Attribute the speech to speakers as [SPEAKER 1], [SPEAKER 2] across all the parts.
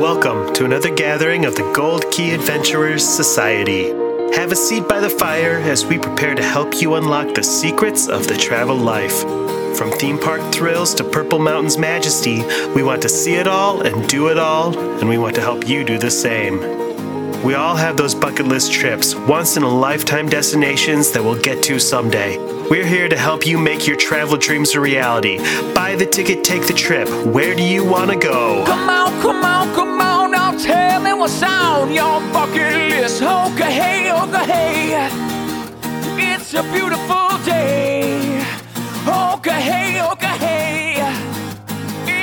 [SPEAKER 1] Welcome to another gathering of the Gold Key Adventurers Society. Have a seat by the fire as we prepare to help you unlock the secrets of the travel life. From theme park thrills to Purple Mountain's majesty, we want to see it all and do it all, and we want to help you do the same. We all have those bucket list trips, once in a lifetime destinations that we'll get to someday. We're here to help you make your travel dreams a reality. Buy the ticket, take the trip. Where do you want to go?
[SPEAKER 2] Come on, come on, come on, now tell me what's on your bucket list. Oh, Okay, hey, okay, hey. It's a beautiful day. Oh, Okay, hey, okay, hey.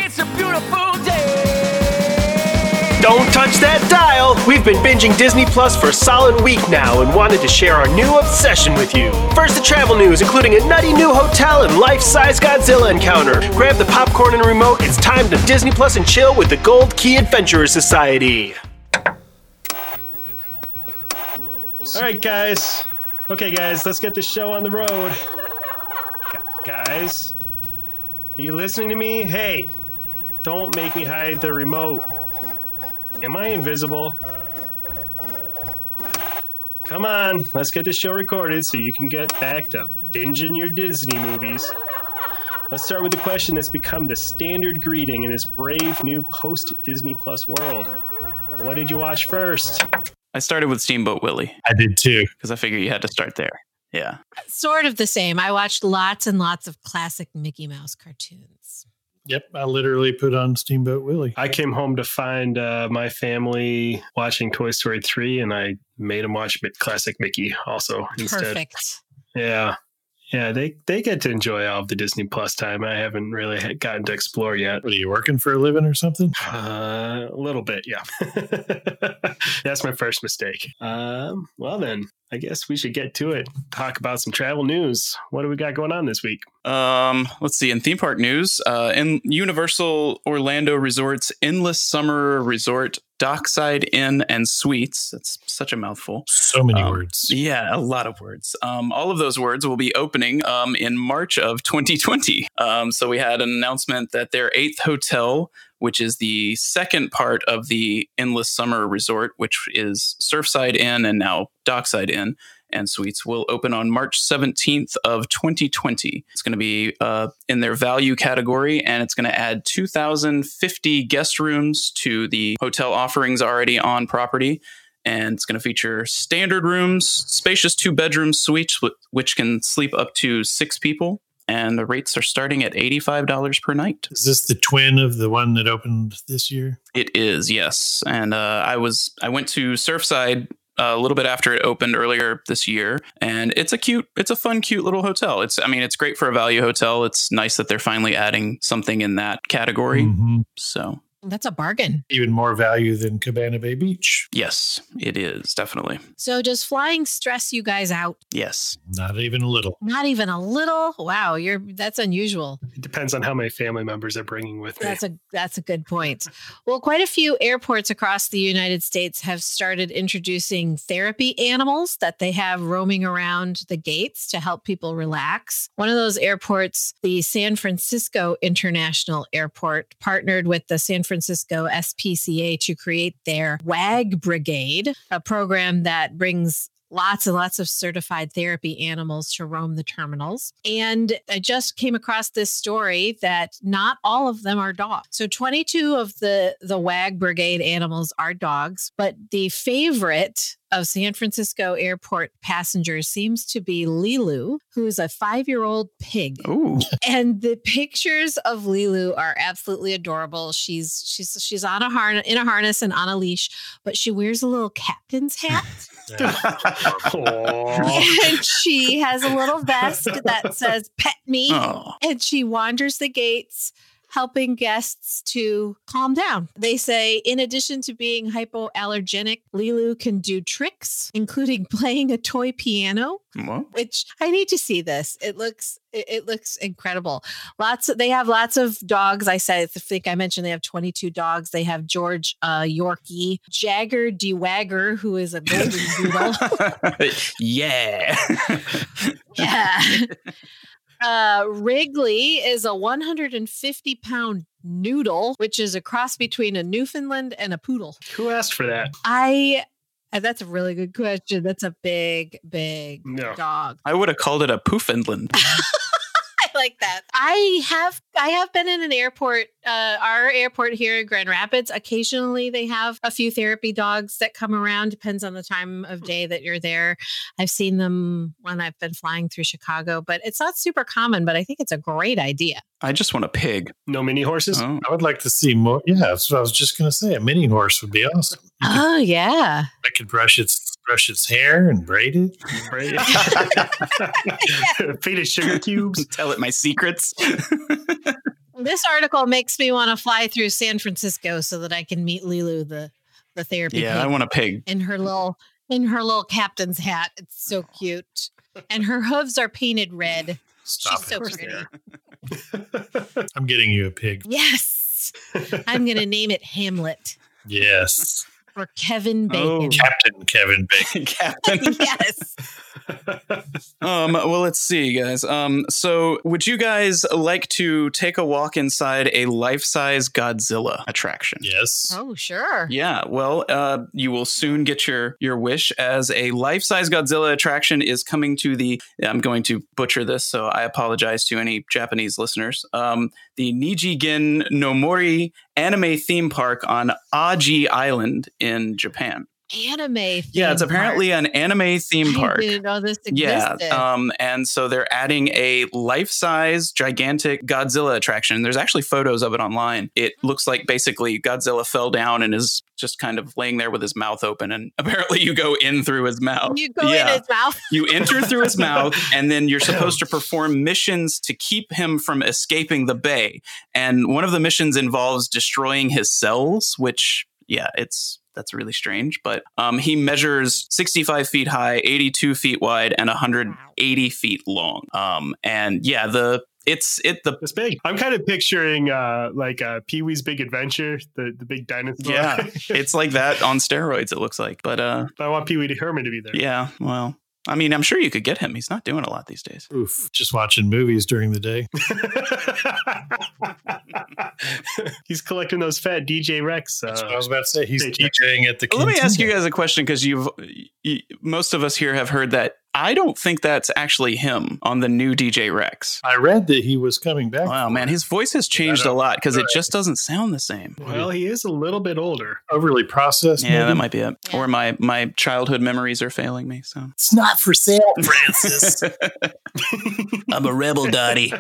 [SPEAKER 2] It's a beautiful day.
[SPEAKER 1] Don't touch that dial! We've been binging Disney Plus for a solid week now and wanted to share our new obsession with you. First, the travel news, including a nutty new hotel and life size Godzilla encounter. Grab the popcorn and remote, it's time to Disney Plus and chill with the Gold Key Adventurer Society. All right, guys. Okay, guys, let's get this show on the road. guys, are you listening to me? Hey, don't make me hide the remote. Am I invisible? Come on, let's get this show recorded so you can get back to binging your Disney movies. Let's start with the question that's become the standard greeting in this brave new post Disney Plus world. What did you watch first?
[SPEAKER 3] I started with Steamboat Willie
[SPEAKER 4] I did too.
[SPEAKER 3] because I figure you had to start there. Yeah.
[SPEAKER 5] sort of the same. I watched lots and lots of classic Mickey Mouse cartoons.
[SPEAKER 4] Yep, I literally put on Steamboat Willie.
[SPEAKER 1] I came home to find uh, my family watching Toy Story 3, and I made them watch Mi- classic Mickey also instead.
[SPEAKER 5] Perfect.
[SPEAKER 1] Yeah. Yeah, they, they get to enjoy all of the Disney Plus time I haven't really had- gotten to explore yet.
[SPEAKER 4] What are you working for a living or something?
[SPEAKER 1] Uh, a little bit, yeah. That's my first mistake.
[SPEAKER 6] Uh,
[SPEAKER 1] Um, well, then, I guess we should get to it. Talk about some travel news. What do we got going on this week?
[SPEAKER 3] Um, let's see. In theme park news, uh, in Universal Orlando Resort's Endless Summer Resort, Dockside Inn and Suites. That's such a mouthful.
[SPEAKER 4] So many
[SPEAKER 6] Uh,
[SPEAKER 3] Um,
[SPEAKER 4] words.
[SPEAKER 3] Yeah, a lot of words. Um, all of those words will be opening um, in March of 2020. Um, so we had an announcement that their eighth hotel, which is the second part of the Endless Summer Resort, which is Surfside Inn and now Dockside Inn and Suites, will open on March 17th of 2020. It's going to be uh, in their value category, and it's going to add 2,050 guest rooms to the hotel offerings already on property and it's going to feature standard rooms, spacious two bedroom suites, wh- which can sleep up to six people. And the rates are starting at $85 per night.
[SPEAKER 4] Is this the twin of the one that opened this year?
[SPEAKER 3] It is, yes. And uh, I was, I went to Surfside uh, a little bit after it opened earlier this year, and it's a cute, it's a fun, cute little hotel. It's, I mean, it's great for a value hotel. It's nice that they're finally adding something in that category.
[SPEAKER 4] Mhm.
[SPEAKER 3] So,
[SPEAKER 5] That's a bargain.
[SPEAKER 4] Even more value than Cabana Bay Beach.
[SPEAKER 3] yes, it is definitely.
[SPEAKER 5] So does flying stress you guys out?
[SPEAKER 3] Yes.
[SPEAKER 4] Not even a little.
[SPEAKER 5] Not even a little. Wow, you're that's unusual.
[SPEAKER 1] It depends on how many family members are bringing with me.
[SPEAKER 5] That's a that's a good point. Well, quite a few airports across the United States have started introducing therapy animals that they have roaming around the gates to help people relax. One of those airports, the San Francisco International Airport, partnered with the San Francisco SPCA to create their WAG Brigade, a program that brings lots and lots of certified therapy animals to roam the terminals. And I just came across this story that not all of them are dogs. So 22 of the the WAG brigade animals are dogs, but the favorite of San Francisco airport passengers seems to be Lilu, who's a 5-year-old pig
[SPEAKER 3] Ooh.
[SPEAKER 5] and the pictures of Lilu are absolutely adorable. She's she's she's on a harness in a harness and on a leash, but she wears a little captain's hat.
[SPEAKER 1] Aw.
[SPEAKER 5] and she has a little vest that says pet me
[SPEAKER 3] Oh.
[SPEAKER 5] and she wanders the gates helping guests to calm down. They say, in addition to being hypoallergenic, Lilu can do tricks, including playing a toy piano,
[SPEAKER 3] Well,
[SPEAKER 5] which I need to see this. It looks it, it looks incredible. Lots of, they have lots of dogs. I said I think I mentioned they have 22 dogs. They have George uh, Yorkie, Jagger D Wagger, who is a golden doodle.
[SPEAKER 3] yeah.
[SPEAKER 5] yeah. Uh, Wrigley is a 150 pound noodle, which is a cross between a Newfoundland and a poodle.
[SPEAKER 6] Who asked for that?
[SPEAKER 5] I, uh, that's a really good question. That's a big, big
[SPEAKER 6] No.
[SPEAKER 5] dog.
[SPEAKER 3] I would have called it a Poofendland.
[SPEAKER 5] I like that. I have I have been in an airport, uh, our airport here in Grand Rapids. Occasionally, they have a few therapy dogs that come around. Depends on the
[SPEAKER 3] Hmm.
[SPEAKER 5] time of day that you're there. I've seen them when I've been flying through Chicago, but it's not super common. But I think it's a great idea.
[SPEAKER 3] I just want a pig.
[SPEAKER 6] No mini horses?
[SPEAKER 3] Oh.
[SPEAKER 4] I would like to see more. Yeah, that's what I was just going to say. A mini horse would be awesome. You could-
[SPEAKER 5] Oh yeah,
[SPEAKER 4] I could brush its brush its hair and braid it.
[SPEAKER 6] Right? Feed it sugar cubes.
[SPEAKER 3] Tell it my secrets.
[SPEAKER 5] this article makes me want to fly through San Francisco so that I can meet Lulu, the the therapy.
[SPEAKER 3] yeah, I
[SPEAKER 5] pig.
[SPEAKER 3] want a pig.
[SPEAKER 5] in her little in her little captain's hat. It's so
[SPEAKER 3] Oh.
[SPEAKER 5] cute. And her hooves are painted red.
[SPEAKER 4] Stop
[SPEAKER 5] She's
[SPEAKER 4] it.
[SPEAKER 5] so pretty.
[SPEAKER 4] I'm getting you a pig.
[SPEAKER 5] Yes. I'm going to name it Hamlet
[SPEAKER 4] Yes.
[SPEAKER 5] or Kevin Bacon.
[SPEAKER 4] Captain Kevin Bacon.
[SPEAKER 3] Captain.
[SPEAKER 5] yes.
[SPEAKER 3] Um, well, let's see, guys. Um, so, would you guys like to take a walk inside a life size Godzilla attraction?
[SPEAKER 4] Yes.
[SPEAKER 5] Oh, sure.
[SPEAKER 3] Yeah, well, uh, you will soon get your your wish as a life size Godzilla attraction is coming to the. I'm going to butcher this, so I apologize to any Japanese listeners. Um, the Nijigin Nomori anime theme park on Aji Island in Japan.
[SPEAKER 5] Anime.
[SPEAKER 3] Yeah, it's
[SPEAKER 5] theme
[SPEAKER 3] apparently an
[SPEAKER 5] park.
[SPEAKER 3] anime theme park.
[SPEAKER 5] I didn't know this
[SPEAKER 3] Yeah,
[SPEAKER 5] existed.
[SPEAKER 3] um, and so they're adding a life-size, gigantic Godzilla attraction. There's actually photos of it online. It looks like basically Godzilla fell down and is just kind of laying there with his mouth open, and apparently you go in through his mouth.
[SPEAKER 5] you go
[SPEAKER 3] yeah.
[SPEAKER 5] in his mouth.
[SPEAKER 3] You enter through his mouth, and then you're supposed to perform missions to keep him from escaping the bay. And one of the missions involves destroying his cells, which, yeah, it's that's really strange. But um, he measures 65 feet high, 82 feet wide, and 180 feet long. Um, and yeah, the it's it the
[SPEAKER 6] It's big. I'm kind of picturing uh, like uh, Pee Wee's Big Adventure, the, the big dinosaur.
[SPEAKER 3] Yeah. it's like that on steroids. It looks like, but uh,
[SPEAKER 6] I want Pee Wee Herman to be there.
[SPEAKER 3] yeah, well. I mean, I'm sure you could get him. He's not doing a lot these days.
[SPEAKER 4] Oof. Just watching movies during the day.
[SPEAKER 6] He's collecting those fat DJ Rex.
[SPEAKER 4] That's what I
[SPEAKER 6] Uh,
[SPEAKER 4] was about to say. He's
[SPEAKER 6] DJ.
[SPEAKER 4] DJing at the.
[SPEAKER 3] Let me ask you
[SPEAKER 4] cantina.
[SPEAKER 3] guys a question because you've y most of us here have heard that. I don't think that's actually him on the new DJ Rex.
[SPEAKER 4] I read that he was coming back.
[SPEAKER 3] Wow, man, his voice has changed a lot because it just doesn't sound the same.
[SPEAKER 6] well, he is a little bit older.
[SPEAKER 4] overly processed.
[SPEAKER 3] Yeah, that
[SPEAKER 4] maybe?
[SPEAKER 3] might be it.
[SPEAKER 5] Yeah.
[SPEAKER 3] Or my my childhood memories are failing me. So
[SPEAKER 4] It's not for sale, Francis.
[SPEAKER 3] I'm a rebel, Dottie.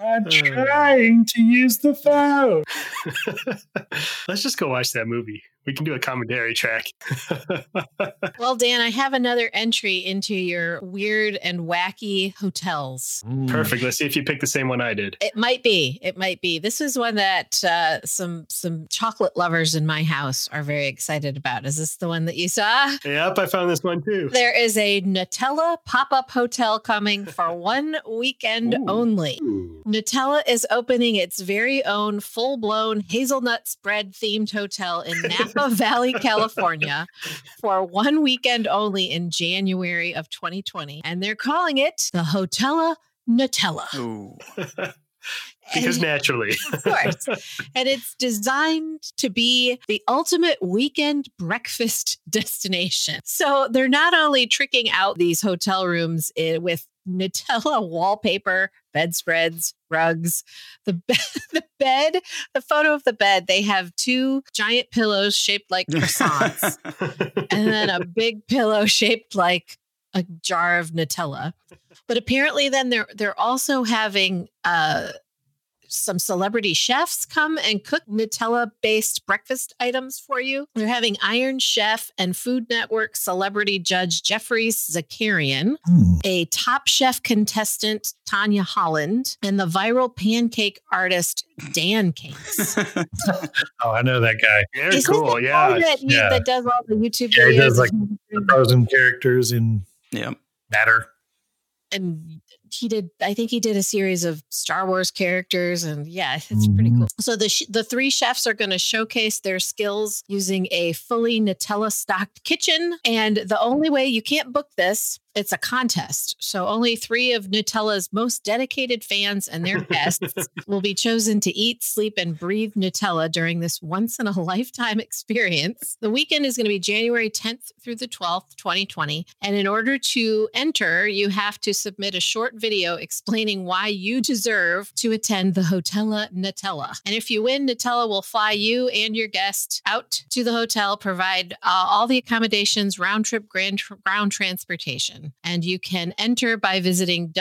[SPEAKER 4] I'm
[SPEAKER 3] Hmm.
[SPEAKER 4] trying to use the phone.
[SPEAKER 6] Let's just go watch that movie. We can do a commentary track.
[SPEAKER 5] Well, Dan, I have another entry into your weird and wacky hotels.
[SPEAKER 3] Hmm.
[SPEAKER 6] Perfect. Let's see if you pick the same one I did.
[SPEAKER 5] It might be. It might be. This is one that uh, some some chocolate lovers in my house are very excited about. Is this the one that you saw?
[SPEAKER 6] Yep, I found this one too.
[SPEAKER 5] There is a Nutella pop up hotel coming for one weekend
[SPEAKER 3] Ooh.
[SPEAKER 5] only.
[SPEAKER 4] Ooh.
[SPEAKER 5] Nutella is opening its very own full blown hazelnut spread themed hotel in Napa Valley, California for one weekend only in January of 2020. And they're calling it the Hotella Nutella.
[SPEAKER 3] Ooh.
[SPEAKER 6] Because
[SPEAKER 5] And-
[SPEAKER 6] naturally.
[SPEAKER 5] of course. and it's designed to be the ultimate weekend breakfast destination. So they're not only tricking out these hotel rooms i- with Nutella wallpaper, bedspreads, rugs, the be- the bed, the photo of the bed. They have two giant pillows shaped like croissants, and then a big pillow shaped like a jar of Nutella. But apparently, then they're they're also having uh, Some celebrity chefs come and cook Nutella based breakfast items for you. They're having Iron Chef and Food Network celebrity judge Jeffrey Zakarian,
[SPEAKER 4] Hmm.
[SPEAKER 5] a Top Chef contestant Tanya Holland, and the viral pancake artist Dan Cakes.
[SPEAKER 4] Oh, I know that guy.
[SPEAKER 6] Very
[SPEAKER 5] Isn't
[SPEAKER 6] cool.
[SPEAKER 5] that
[SPEAKER 6] Yeah.
[SPEAKER 5] guy That,
[SPEAKER 4] yeah.
[SPEAKER 5] that does all the YouTube
[SPEAKER 4] Yeah,
[SPEAKER 5] videos.
[SPEAKER 4] he does, like, Frozen characters in
[SPEAKER 3] yeah.
[SPEAKER 4] Matter.
[SPEAKER 5] and he did i think he did a series of star wars characters and yeah it's pretty
[SPEAKER 4] Mhm.
[SPEAKER 5] cool so the sh- the three chefs are going to showcase their skills using a fully nutella stocked kitchen and the only way you can't book this it's a contest so only three of nutella's most dedicated fans and their guests will be chosen to eat sleep and breathe nutella during this once in a lifetime experience the weekend is going to be january 10th through the 12th 2020 and in order to enter you have to submit a short video explaining why you deserve to attend the hotella nutella and if you win nutella will fly you and your guest out to the hotel provide uh, all the accommodations round trip grand ground transportation and you can enter by visiting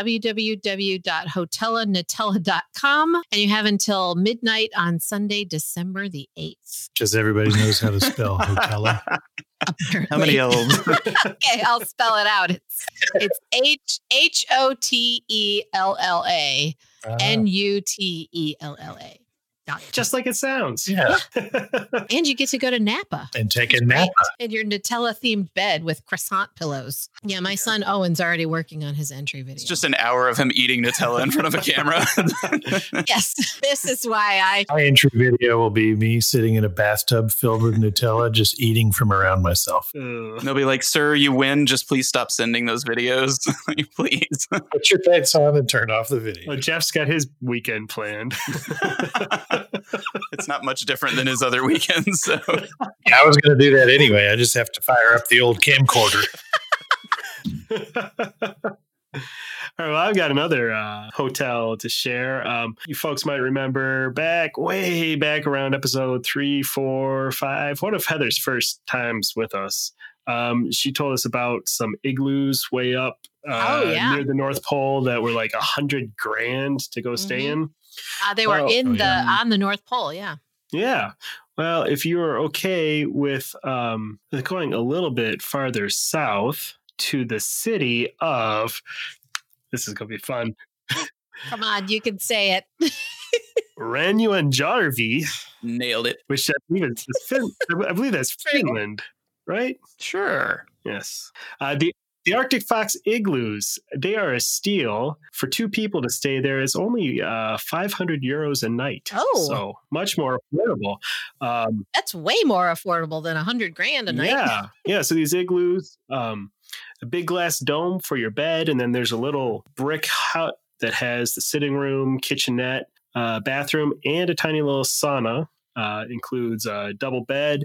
[SPEAKER 5] www.hotellanutella.com and you have until midnight on sunday december the 8th
[SPEAKER 4] Just everybody knows how to spell Hotella.
[SPEAKER 3] How many
[SPEAKER 5] apparently.
[SPEAKER 3] L's?
[SPEAKER 5] okay, I'll spell it out. It's it's H H O T E L L A
[SPEAKER 4] Ah,
[SPEAKER 5] N U T E L L A. dot com.
[SPEAKER 6] Just like it sounds.
[SPEAKER 4] yeah.
[SPEAKER 5] And you get to go to Napa
[SPEAKER 4] And take a nap.
[SPEAKER 5] in your Nutella themed bed with croissant pillows. Yeah, my son Owen's already working on his entry video.
[SPEAKER 3] It's just an hour of him eating Nutella in front of a camera.
[SPEAKER 5] yes, this is why I
[SPEAKER 4] My entry video will be me sitting in a bathtub filled with Nutella, just eating from around myself.
[SPEAKER 6] Ugh.
[SPEAKER 3] And They'll be like, "Sir, you win. Just please stop sending those videos, Like, please."
[SPEAKER 4] Put your pants on and turn off the video.
[SPEAKER 6] Well, Jeff's got his weekend planned.
[SPEAKER 3] it's not much different than his other weekends. So
[SPEAKER 4] Yeah, I was going to do that anyway. I just have to fire up the old camcorder.
[SPEAKER 6] All right, well, I've got another uh, hotel to share. Um, you folks might remember back, way back around episode three, four, five, one of Heather's first times with us. Um, she told us about some igloos way up uh,
[SPEAKER 5] Oh, yeah.
[SPEAKER 6] near the North Pole that were like a hundred grand to go stay
[SPEAKER 5] Mhm.
[SPEAKER 6] in.
[SPEAKER 5] uh, they were
[SPEAKER 6] Well-
[SPEAKER 5] in
[SPEAKER 4] Oh,
[SPEAKER 5] the
[SPEAKER 4] yeah.
[SPEAKER 5] on the North Pole. Yeah,
[SPEAKER 6] Yeah. Well, if you are okay with um, going a little bit farther south to the city of, this is going to be fun,
[SPEAKER 5] come on, you can say it.
[SPEAKER 6] Ranuanjarvi,
[SPEAKER 3] nailed it.
[SPEAKER 6] which I believe, is is fin- I believe that's Finland, right?
[SPEAKER 3] Sure.
[SPEAKER 6] Yes. Uh, the the Arctic Fox igloos, they are a steal for two people to stay there. It's only uh, 500 euros a night.
[SPEAKER 5] Oh.
[SPEAKER 6] So much more affordable. Um,
[SPEAKER 5] That's way more affordable than a hundred grand a night.
[SPEAKER 6] Yeah, yeah. So these igloos, um, a big glass dome for your bed, and then there's a little brick hut that has the sitting room, kitchenette, uh, bathroom, and a tiny little sauna. Uh, includes a double bed,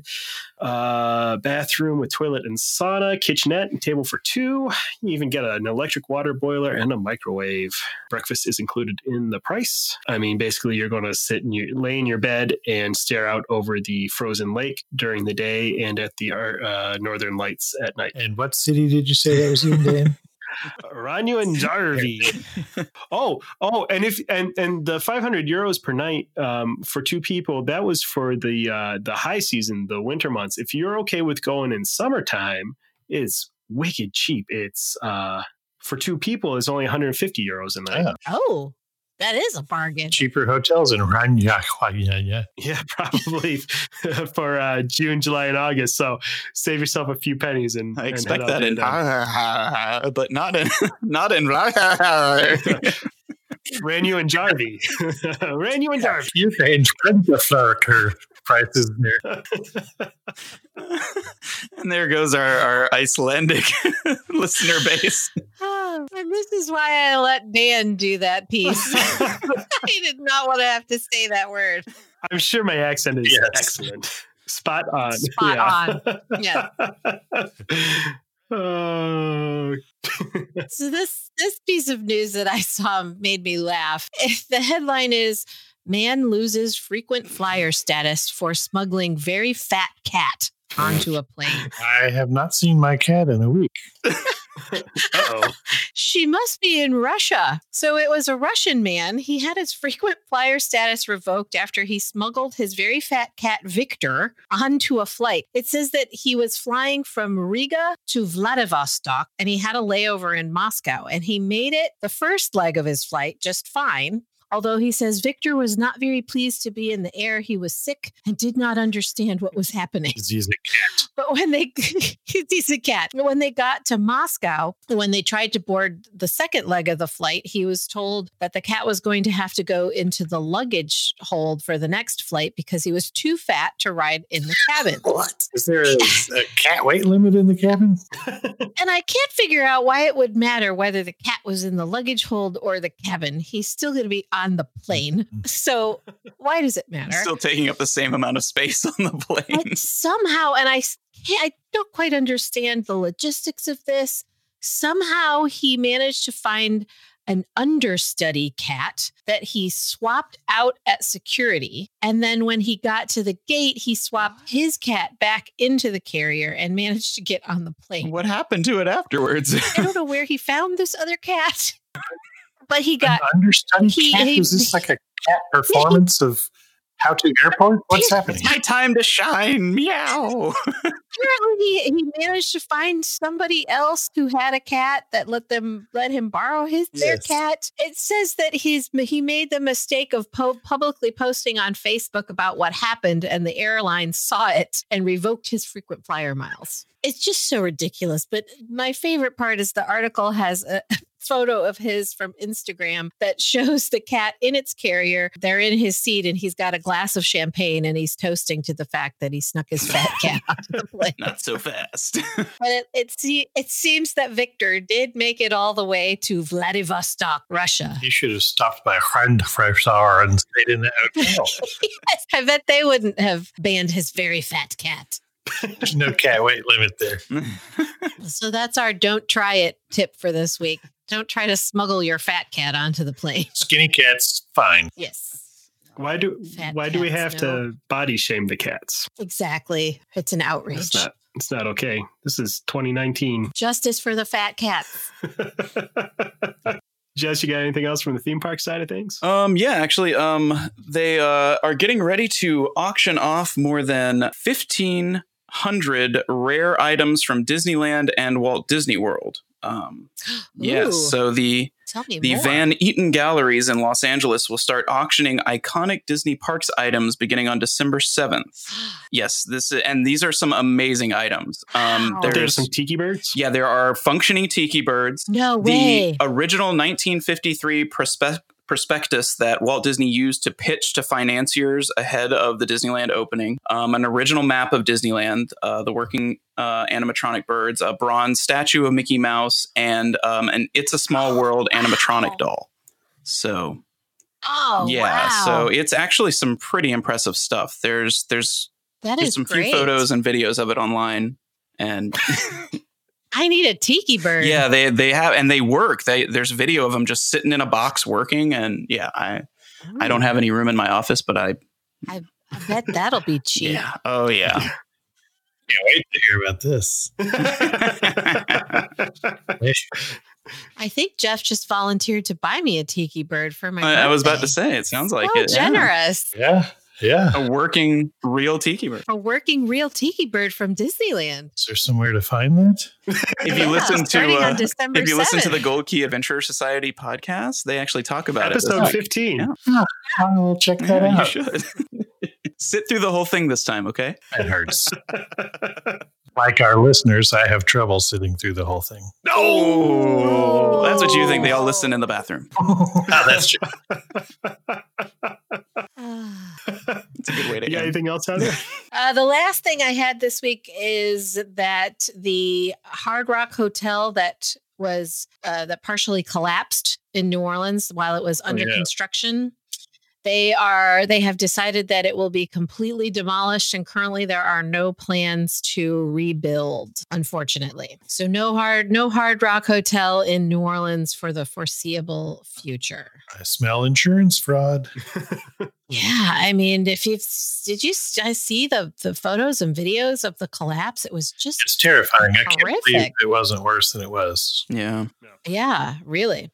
[SPEAKER 6] uh, bathroom with toilet and sauna, kitchenette, and table for two. You even get an electric water boiler and a microwave. Breakfast is included in the price. I mean, basically, you're going to sit and you lay in your bed and stare out over the frozen lake during the day and at the uh, northern lights at night.
[SPEAKER 4] And what city did you say that was in, Dan?
[SPEAKER 6] Ranu and Jarvi. oh, oh, and if and and the 500 euros per night um, for two people that was for the uh, the high season, the winter months. If you're okay with going in summertime, it's wicked cheap. It's uh, for two people is only 150 euros a night.
[SPEAKER 4] Yeah.
[SPEAKER 5] Oh, that is a bargain.
[SPEAKER 4] Cheaper hotels in Rania. Yeah, yeah.
[SPEAKER 6] Yeah, probably for uh, June, July, and August. So save yourself a few pennies and
[SPEAKER 3] I
[SPEAKER 6] and head
[SPEAKER 3] expect
[SPEAKER 6] out
[SPEAKER 3] that
[SPEAKER 6] there
[SPEAKER 3] in,
[SPEAKER 6] then.
[SPEAKER 3] but not in, not in.
[SPEAKER 6] Ranu and Jarvi. Ranu and Jarvi.
[SPEAKER 4] You change the flower curve prices there.
[SPEAKER 3] and there goes our, our Icelandic listener base.
[SPEAKER 5] Oh, and this is why I let Dan do that piece. I did not want to have to say that word.
[SPEAKER 6] I'm sure my accent is
[SPEAKER 4] Yes.
[SPEAKER 6] excellent. Spot on.
[SPEAKER 5] Spot on. Yeah.
[SPEAKER 6] Oh,
[SPEAKER 5] So this this piece of news that I saw made me laugh. The headline is Man loses frequent flyer status for smuggling very fat cat onto a plane.
[SPEAKER 4] I have not seen my cat in a week.
[SPEAKER 6] oh.
[SPEAKER 5] She must be in Russia. So it was a Russian man. He had his frequent flyer status revoked after he smuggled his very fat cat Victor onto a flight. It says that he was flying from Riga to Vladivostok and he had a layover in Moscow and he made it the first leg of his flight just fine. Although he says Victor was not very pleased to be in the air, he was sick and did not understand what was happening.
[SPEAKER 4] He's a cat.
[SPEAKER 5] But when they, he's a cat. When they got to Moscow, when they tried to board the second leg of the flight, he was told that the cat was going to have to go into the luggage hold for the next flight because he was too fat to ride in the cabin.
[SPEAKER 4] What? Is there a, a cat weight limit in the cabin?
[SPEAKER 5] And I can't figure out why it would matter whether the cat was in the luggage hold or the cabin. He's still going to be on the plane. So why does it matter?
[SPEAKER 3] Still taking up the same amount of space on the plane.
[SPEAKER 5] But somehow, and I s- can't, I don't quite understand the logistics of this. Somehow he managed to find an understudy cat that he swapped out at security. And then when he got to the gate, he swapped his cat back into the carrier and managed to get on the plane.
[SPEAKER 3] What happened to it afterwards?
[SPEAKER 5] I don't know where he found this other cat, but he
[SPEAKER 4] An
[SPEAKER 5] got
[SPEAKER 4] understudy
[SPEAKER 5] he-
[SPEAKER 4] cat?
[SPEAKER 5] he-
[SPEAKER 4] Is this like a cat performance of how to airport? What's happening?
[SPEAKER 3] it's my time to shine. Meow.
[SPEAKER 5] apparently he, he managed to find somebody else who had a cat that let them let him borrow his their
[SPEAKER 4] Yes.
[SPEAKER 5] cat. It says that he's he made the mistake of po- publicly posting on Facebook about what happened, and the airline saw it and revoked his frequent flyer miles. It's just so ridiculous. But my favorite part is the article has a photo of his from Instagram that shows the cat in its carrier. They're in his seat, and he's got a glass of champagne, and he's toasting to the fact that he snuck his fat cat onto the plane.
[SPEAKER 3] Not so fast.
[SPEAKER 5] But it it, se- it seems that Victor did make it all the way to Vladivostok, Russia.
[SPEAKER 4] You should have stopped by Hrandfreisauer and stayed in the hotel.
[SPEAKER 5] I bet they wouldn't have banned his very fat cat.
[SPEAKER 4] There's no cat weight limit there.
[SPEAKER 5] So that's our don't try it tip for this week. Don't try to smuggle your fat cat onto the plane.
[SPEAKER 4] Skinny cats, fine.
[SPEAKER 5] Yes,
[SPEAKER 6] Why do
[SPEAKER 5] Fat
[SPEAKER 6] why do we
[SPEAKER 5] cats,
[SPEAKER 6] have
[SPEAKER 5] no.
[SPEAKER 6] to body shame the cats?
[SPEAKER 5] exactly. It's an outrage.
[SPEAKER 6] It's not it's not okay. This is 2019.
[SPEAKER 5] Justice for the fat cats.
[SPEAKER 6] Jess, you got anything else from the theme park side of things?
[SPEAKER 3] Um, yeah, actually, um, they uh, are getting ready to auction off more than fifteen hundred rare items from Disneyland and Walt Disney World. Um, yes,
[SPEAKER 5] Ooh,
[SPEAKER 3] so the
[SPEAKER 5] tell me
[SPEAKER 3] the
[SPEAKER 5] more.
[SPEAKER 3] Van Eaton Galleries in Los Angeles will start auctioning iconic Disney parks items beginning on December seventh. Yes, this and these are some amazing items. Um,
[SPEAKER 5] Wow.
[SPEAKER 6] There's,
[SPEAKER 3] there's
[SPEAKER 6] some tiki birds.
[SPEAKER 3] yeah, there are functioning tiki birds
[SPEAKER 5] no
[SPEAKER 3] the uh,
[SPEAKER 5] way.
[SPEAKER 3] original 1953 prospe- prospectus that Walt Disney used to pitch to financiers ahead of the Disneyland opening, um, an original map of Disneyland, uh, the working uh, animatronic birds, a bronze statue of Mickey Mouse, and um, an It's a Small World animatronic doll. So
[SPEAKER 5] oh
[SPEAKER 3] yeah,
[SPEAKER 5] wow.
[SPEAKER 3] so it's actually some pretty impressive stuff. There's there's,
[SPEAKER 5] that
[SPEAKER 3] there's
[SPEAKER 5] is
[SPEAKER 3] some
[SPEAKER 5] great.
[SPEAKER 3] few photos and videos of it online, and
[SPEAKER 5] I need a tiki bird.
[SPEAKER 3] Yeah, they they have and they work. They there's video of them just sitting in a box working and yeah, I I don't have any room in my office, but I
[SPEAKER 5] I bet that'll be cheap.
[SPEAKER 3] yeah. Oh yeah.
[SPEAKER 4] Can't wait to hear about this.
[SPEAKER 5] Oh I think Jeff just volunteered to buy me a tiki bird for my.
[SPEAKER 3] I, I was about to
[SPEAKER 5] birthday.
[SPEAKER 3] say it sounds like
[SPEAKER 5] How
[SPEAKER 3] it. yeah.
[SPEAKER 5] generous.
[SPEAKER 4] Yeah, yeah.
[SPEAKER 3] A working real tiki bird.
[SPEAKER 5] A working real tiki bird from Disneyland.
[SPEAKER 4] Is there somewhere to find that?
[SPEAKER 3] If you listen to
[SPEAKER 5] starting
[SPEAKER 3] uh,
[SPEAKER 5] on December
[SPEAKER 3] if you listen to
[SPEAKER 5] 7th.
[SPEAKER 3] the Gold Key Adventurer Society podcast, they actually talk about it.
[SPEAKER 6] Episode
[SPEAKER 3] That's-
[SPEAKER 6] 15.
[SPEAKER 3] Yeah.
[SPEAKER 4] I'll check that
[SPEAKER 3] Yeah, you
[SPEAKER 4] out.
[SPEAKER 3] should. Sit through the whole thing this time, okay?
[SPEAKER 4] That hurts. like our listeners, I have trouble sitting through the whole thing.
[SPEAKER 3] Oh, that's what you think. They all listen in the bathroom.
[SPEAKER 4] Ah, that's true.
[SPEAKER 5] Ah.
[SPEAKER 3] It's a good way to
[SPEAKER 6] You got
[SPEAKER 3] end.
[SPEAKER 6] anything else, Heather?
[SPEAKER 5] Uh, the last thing I had this week is that the Hard Rock Hotel that was uh, that partially collapsed in New Orleans while it was under
[SPEAKER 4] yeah.
[SPEAKER 5] construction. They are they have decided that it will be completely demolished and currently there are no plans to rebuild, unfortunately. So no hard no hard rock hotel in New Orleans for the foreseeable future.
[SPEAKER 4] I smell insurance fraud.
[SPEAKER 5] Yeah, I mean, if you did you s- I see the the photos and videos of the collapse, it was just
[SPEAKER 4] It's terrifying. I can't believe
[SPEAKER 5] Horrific.
[SPEAKER 4] it wasn't worse than it was.
[SPEAKER 3] Yeah.
[SPEAKER 5] Yeah, really.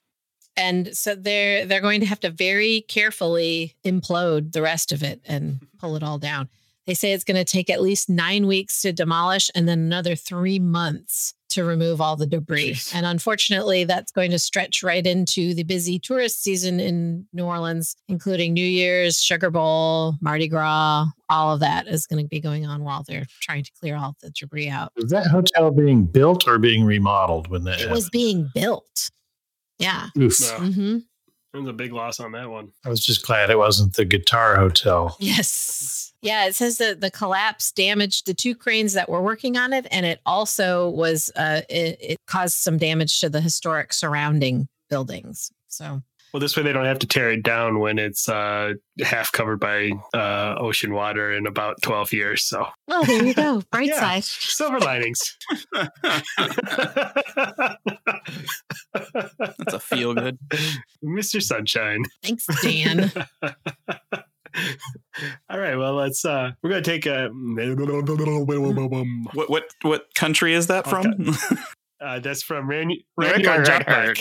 [SPEAKER 5] And so they're they're going to have to very carefully implode the rest of it and pull it all down. They say it's going to take at least 9 weeks to demolish and then another 3 months to remove all the debris.
[SPEAKER 3] Jeez.
[SPEAKER 5] And unfortunately, that's going to stretch right into the busy tourist season in New Orleans, including New Year's, Sugar Bowl, Mardi Gras, all of that is going to be going on while they're trying to clear all the debris out
[SPEAKER 4] Was that hotel being built or being remodeled when that
[SPEAKER 5] it
[SPEAKER 4] happened?
[SPEAKER 5] was being built. Yeah.
[SPEAKER 4] Oof.
[SPEAKER 6] Yeah.
[SPEAKER 5] hmm
[SPEAKER 6] There's a big loss on that one.
[SPEAKER 4] I was just glad it wasn't the guitar hotel.
[SPEAKER 5] Yes. Yeah. It says that the collapse damaged the two cranes that were working on it, and it also was uh, it, it caused some damage to the historic surrounding buildings. So
[SPEAKER 6] Well, this way they don't have to tear it down when it's uh, half covered by uh, ocean water in about 12 years. So,
[SPEAKER 5] well, there you go. Bright
[SPEAKER 6] Yeah.
[SPEAKER 5] side.
[SPEAKER 6] silver linings.
[SPEAKER 3] That's a feel good.
[SPEAKER 6] Mr. Sunshine.
[SPEAKER 5] Thanks, Dan.
[SPEAKER 6] All right, well, let's uh we're going to take a
[SPEAKER 3] What what what country is that from?
[SPEAKER 6] uh, that's from Randy Randy Wow.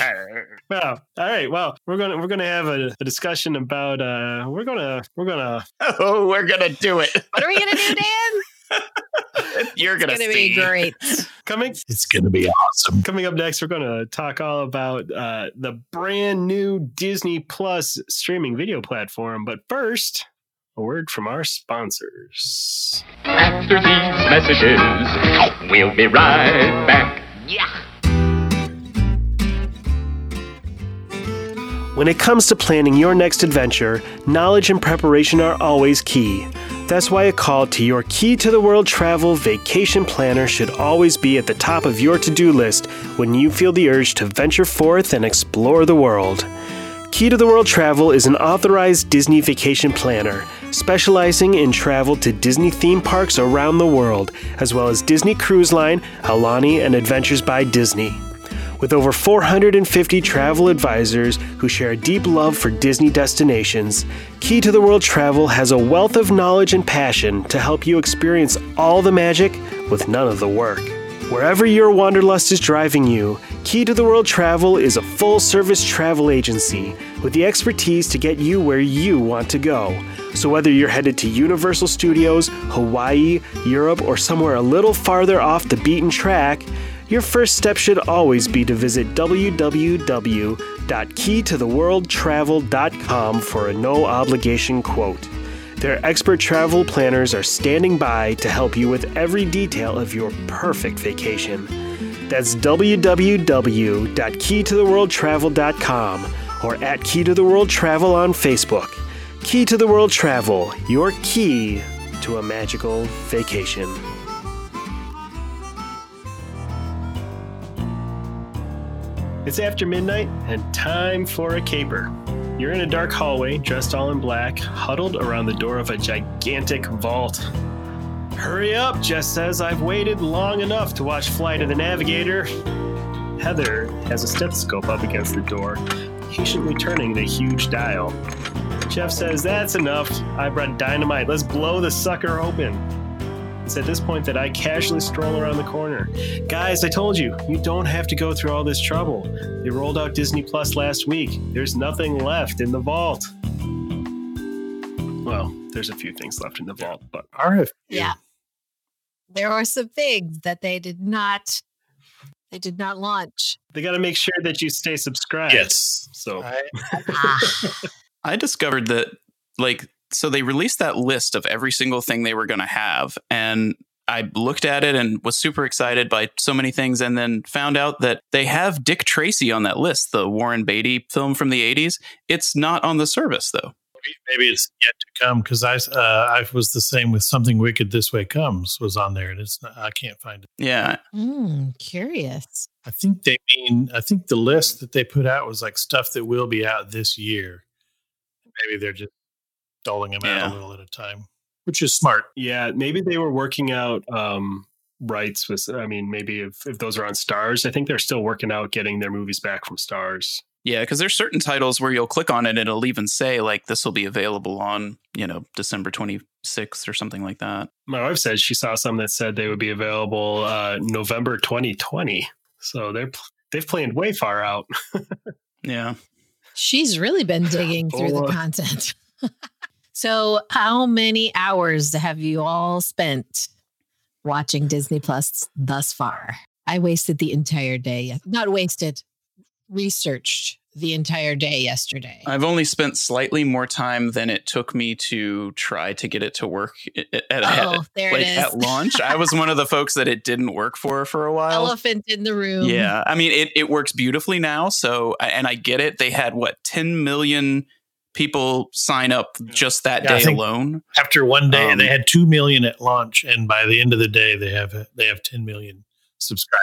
[SPEAKER 6] All right. Well, we're going to we're going to have a, a discussion about uh we're going to we're going to
[SPEAKER 3] oh, we're gonna do it.
[SPEAKER 5] what are we gonna do, Dan?
[SPEAKER 3] You're
[SPEAKER 5] It's gonna be great.
[SPEAKER 6] coming
[SPEAKER 4] It's going to be awesome.
[SPEAKER 6] Coming up next, we're going to talk all about uh, the brand new Disney Plus streaming video platform. But first, a word from our sponsors.
[SPEAKER 7] After these messages, we'll be right back.
[SPEAKER 6] When it comes to planning your next adventure, knowledge and preparation are always key. That's why a call to your Key to the World Travel Vacation Planner should always be at the top of your to do list when you feel the urge to venture forth and explore the world. Key to the World Travel is an authorized Disney vacation planner specializing in travel to Disney theme parks around the world, as well as Disney Cruise Line, Alani, and Adventures by Disney. With over 450 travel advisors who share a deep love for Disney destinations, Key to the World Travel has a wealth of knowledge and passion to help you experience all the magic with none of the work. Wherever your wanderlust is driving you, Key to the World Travel is a full service travel agency with the expertise to get you where you want to go. So, whether you're headed to Universal Studios, Hawaii, Europe, or somewhere a little farther off the beaten track, your first step should always be to visit www.keytotheworldtravel.com for a no obligation quote. Their expert travel planners are standing by to help you with every detail of your perfect vacation. That's www.keytotheworldtravel.com or at Key to the World Travel on Facebook. Key to the World Travel, your key to a magical vacation. It's after midnight and time for a caper. You're in a dark hallway, dressed all in black, huddled around the door of a gigantic vault. Hurry up, Jess says. I've waited long enough to watch Flight of the Navigator. Heather has a stethoscope up against the door, patiently turning the huge dial. Jeff says, That's enough. I brought dynamite. Let's blow the sucker open. It's at this point that I casually stroll around the corner. Guys, I told you, you don't have to go through all this trouble. They rolled out Disney Plus last week. There's nothing left in the vault. Well, there's a few things left in the vault, but
[SPEAKER 4] RF.
[SPEAKER 5] Yeah. There are some things that they did not they did not launch.
[SPEAKER 6] they got to make sure that you stay subscribed.
[SPEAKER 4] Yes.
[SPEAKER 6] So,
[SPEAKER 4] I,
[SPEAKER 5] Ah,
[SPEAKER 3] I discovered that like so they released that list of every single thing they were going to have and I looked at it and was super excited by so many things and then found out that they have Dick Tracy on that list, the Warren Beatty film from the 80s. It's not on the service though.
[SPEAKER 4] maybe it's yet to come because I uh, I was the same with something wicked this way comes was on there and it's not, I can't find it.
[SPEAKER 3] Yeah.
[SPEAKER 5] mm, curious.
[SPEAKER 4] I think they mean I think the list that they put out was like stuff that will be out this year. Maybe they're just doling them out
[SPEAKER 3] Yeah.
[SPEAKER 4] a little at a time, which is smart.
[SPEAKER 6] Yeah, maybe they were working out um, rights with. I mean, maybe if, if those are on Stars, I think they're still working out getting their movies back from Stars.
[SPEAKER 3] Yeah, because there's certain titles where you'll click on it and it'll even say like this will be available on you know December 26th or something like that.
[SPEAKER 6] My wife said she saw some that said they would be available uh, November 2020. So they're pl- they've planned way far out.
[SPEAKER 3] Yeah,
[SPEAKER 5] She's really been digging through the
[SPEAKER 6] Oh.
[SPEAKER 5] content. so, how many hours have you all spent watching Disney Plus thus far? I wasted the entire day. yes- Not wasted, researched the entire day yesterday.
[SPEAKER 3] I've only spent slightly more time than it took me to try to get it to work i- i- at,
[SPEAKER 5] oh, there
[SPEAKER 3] like
[SPEAKER 5] it is.
[SPEAKER 3] at launch. I was one of the folks that it didn't work for for a while.
[SPEAKER 5] Elephant in the room.
[SPEAKER 3] Yeah, I mean it. It works beautifully now. So and I get it. They had what 10 million people sign up just that
[SPEAKER 4] Yeah, I
[SPEAKER 3] day
[SPEAKER 4] think-
[SPEAKER 3] alone.
[SPEAKER 4] After one day,
[SPEAKER 3] Um,
[SPEAKER 4] they had two million at launch, and by the end of the day, they have they have ten million subscribers.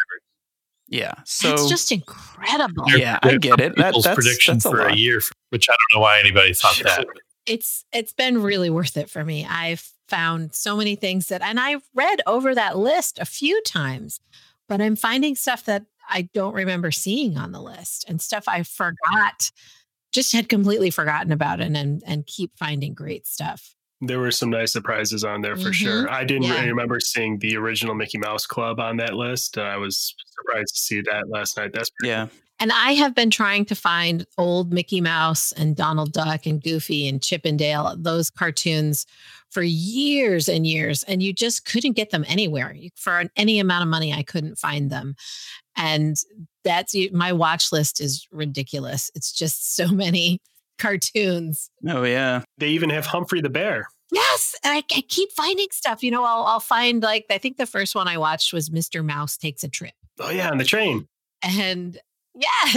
[SPEAKER 3] Yeah. So
[SPEAKER 5] That's just incredible.
[SPEAKER 3] Yeah. I get it. That-
[SPEAKER 4] people's
[SPEAKER 3] that's-
[SPEAKER 4] prediction
[SPEAKER 3] that's a
[SPEAKER 4] for a,
[SPEAKER 3] lot.
[SPEAKER 4] year, which I don't know why anybody thought that. but
[SPEAKER 5] it's it's been really worth it for me. I've found so many things that and I read over that list a few times, but I'm finding stuff that I don't remember seeing on the list and stuff I forgot just had completely forgotten about and and, and keep finding great stuff.
[SPEAKER 6] There were some nice surprises on there for
[SPEAKER 5] Mhm.
[SPEAKER 6] sure. I didn't
[SPEAKER 5] Yeah.
[SPEAKER 6] really remember seeing the original Mickey Mouse Club on that list. and I was surprised to see that last night. That's pretty
[SPEAKER 3] yeah.
[SPEAKER 5] And I have been trying to find old Mickey Mouse and Donald Duck and Goofy and Chippendale, those cartoons for years and years. And you just couldn't get them anywhere. You- For an- any amount of money, I couldn't find them. And that's my watch list is ridiculous. It's just so many cartoons.
[SPEAKER 3] Oh yeah.
[SPEAKER 6] They even have Humphrey the Bear.
[SPEAKER 5] Yes. And I, I keep finding stuff. You know, I'll, I'll find like, I think the first one I watched was Mr. Mouse Takes a Trip.
[SPEAKER 6] Oh yeah, on the train.
[SPEAKER 5] And yes.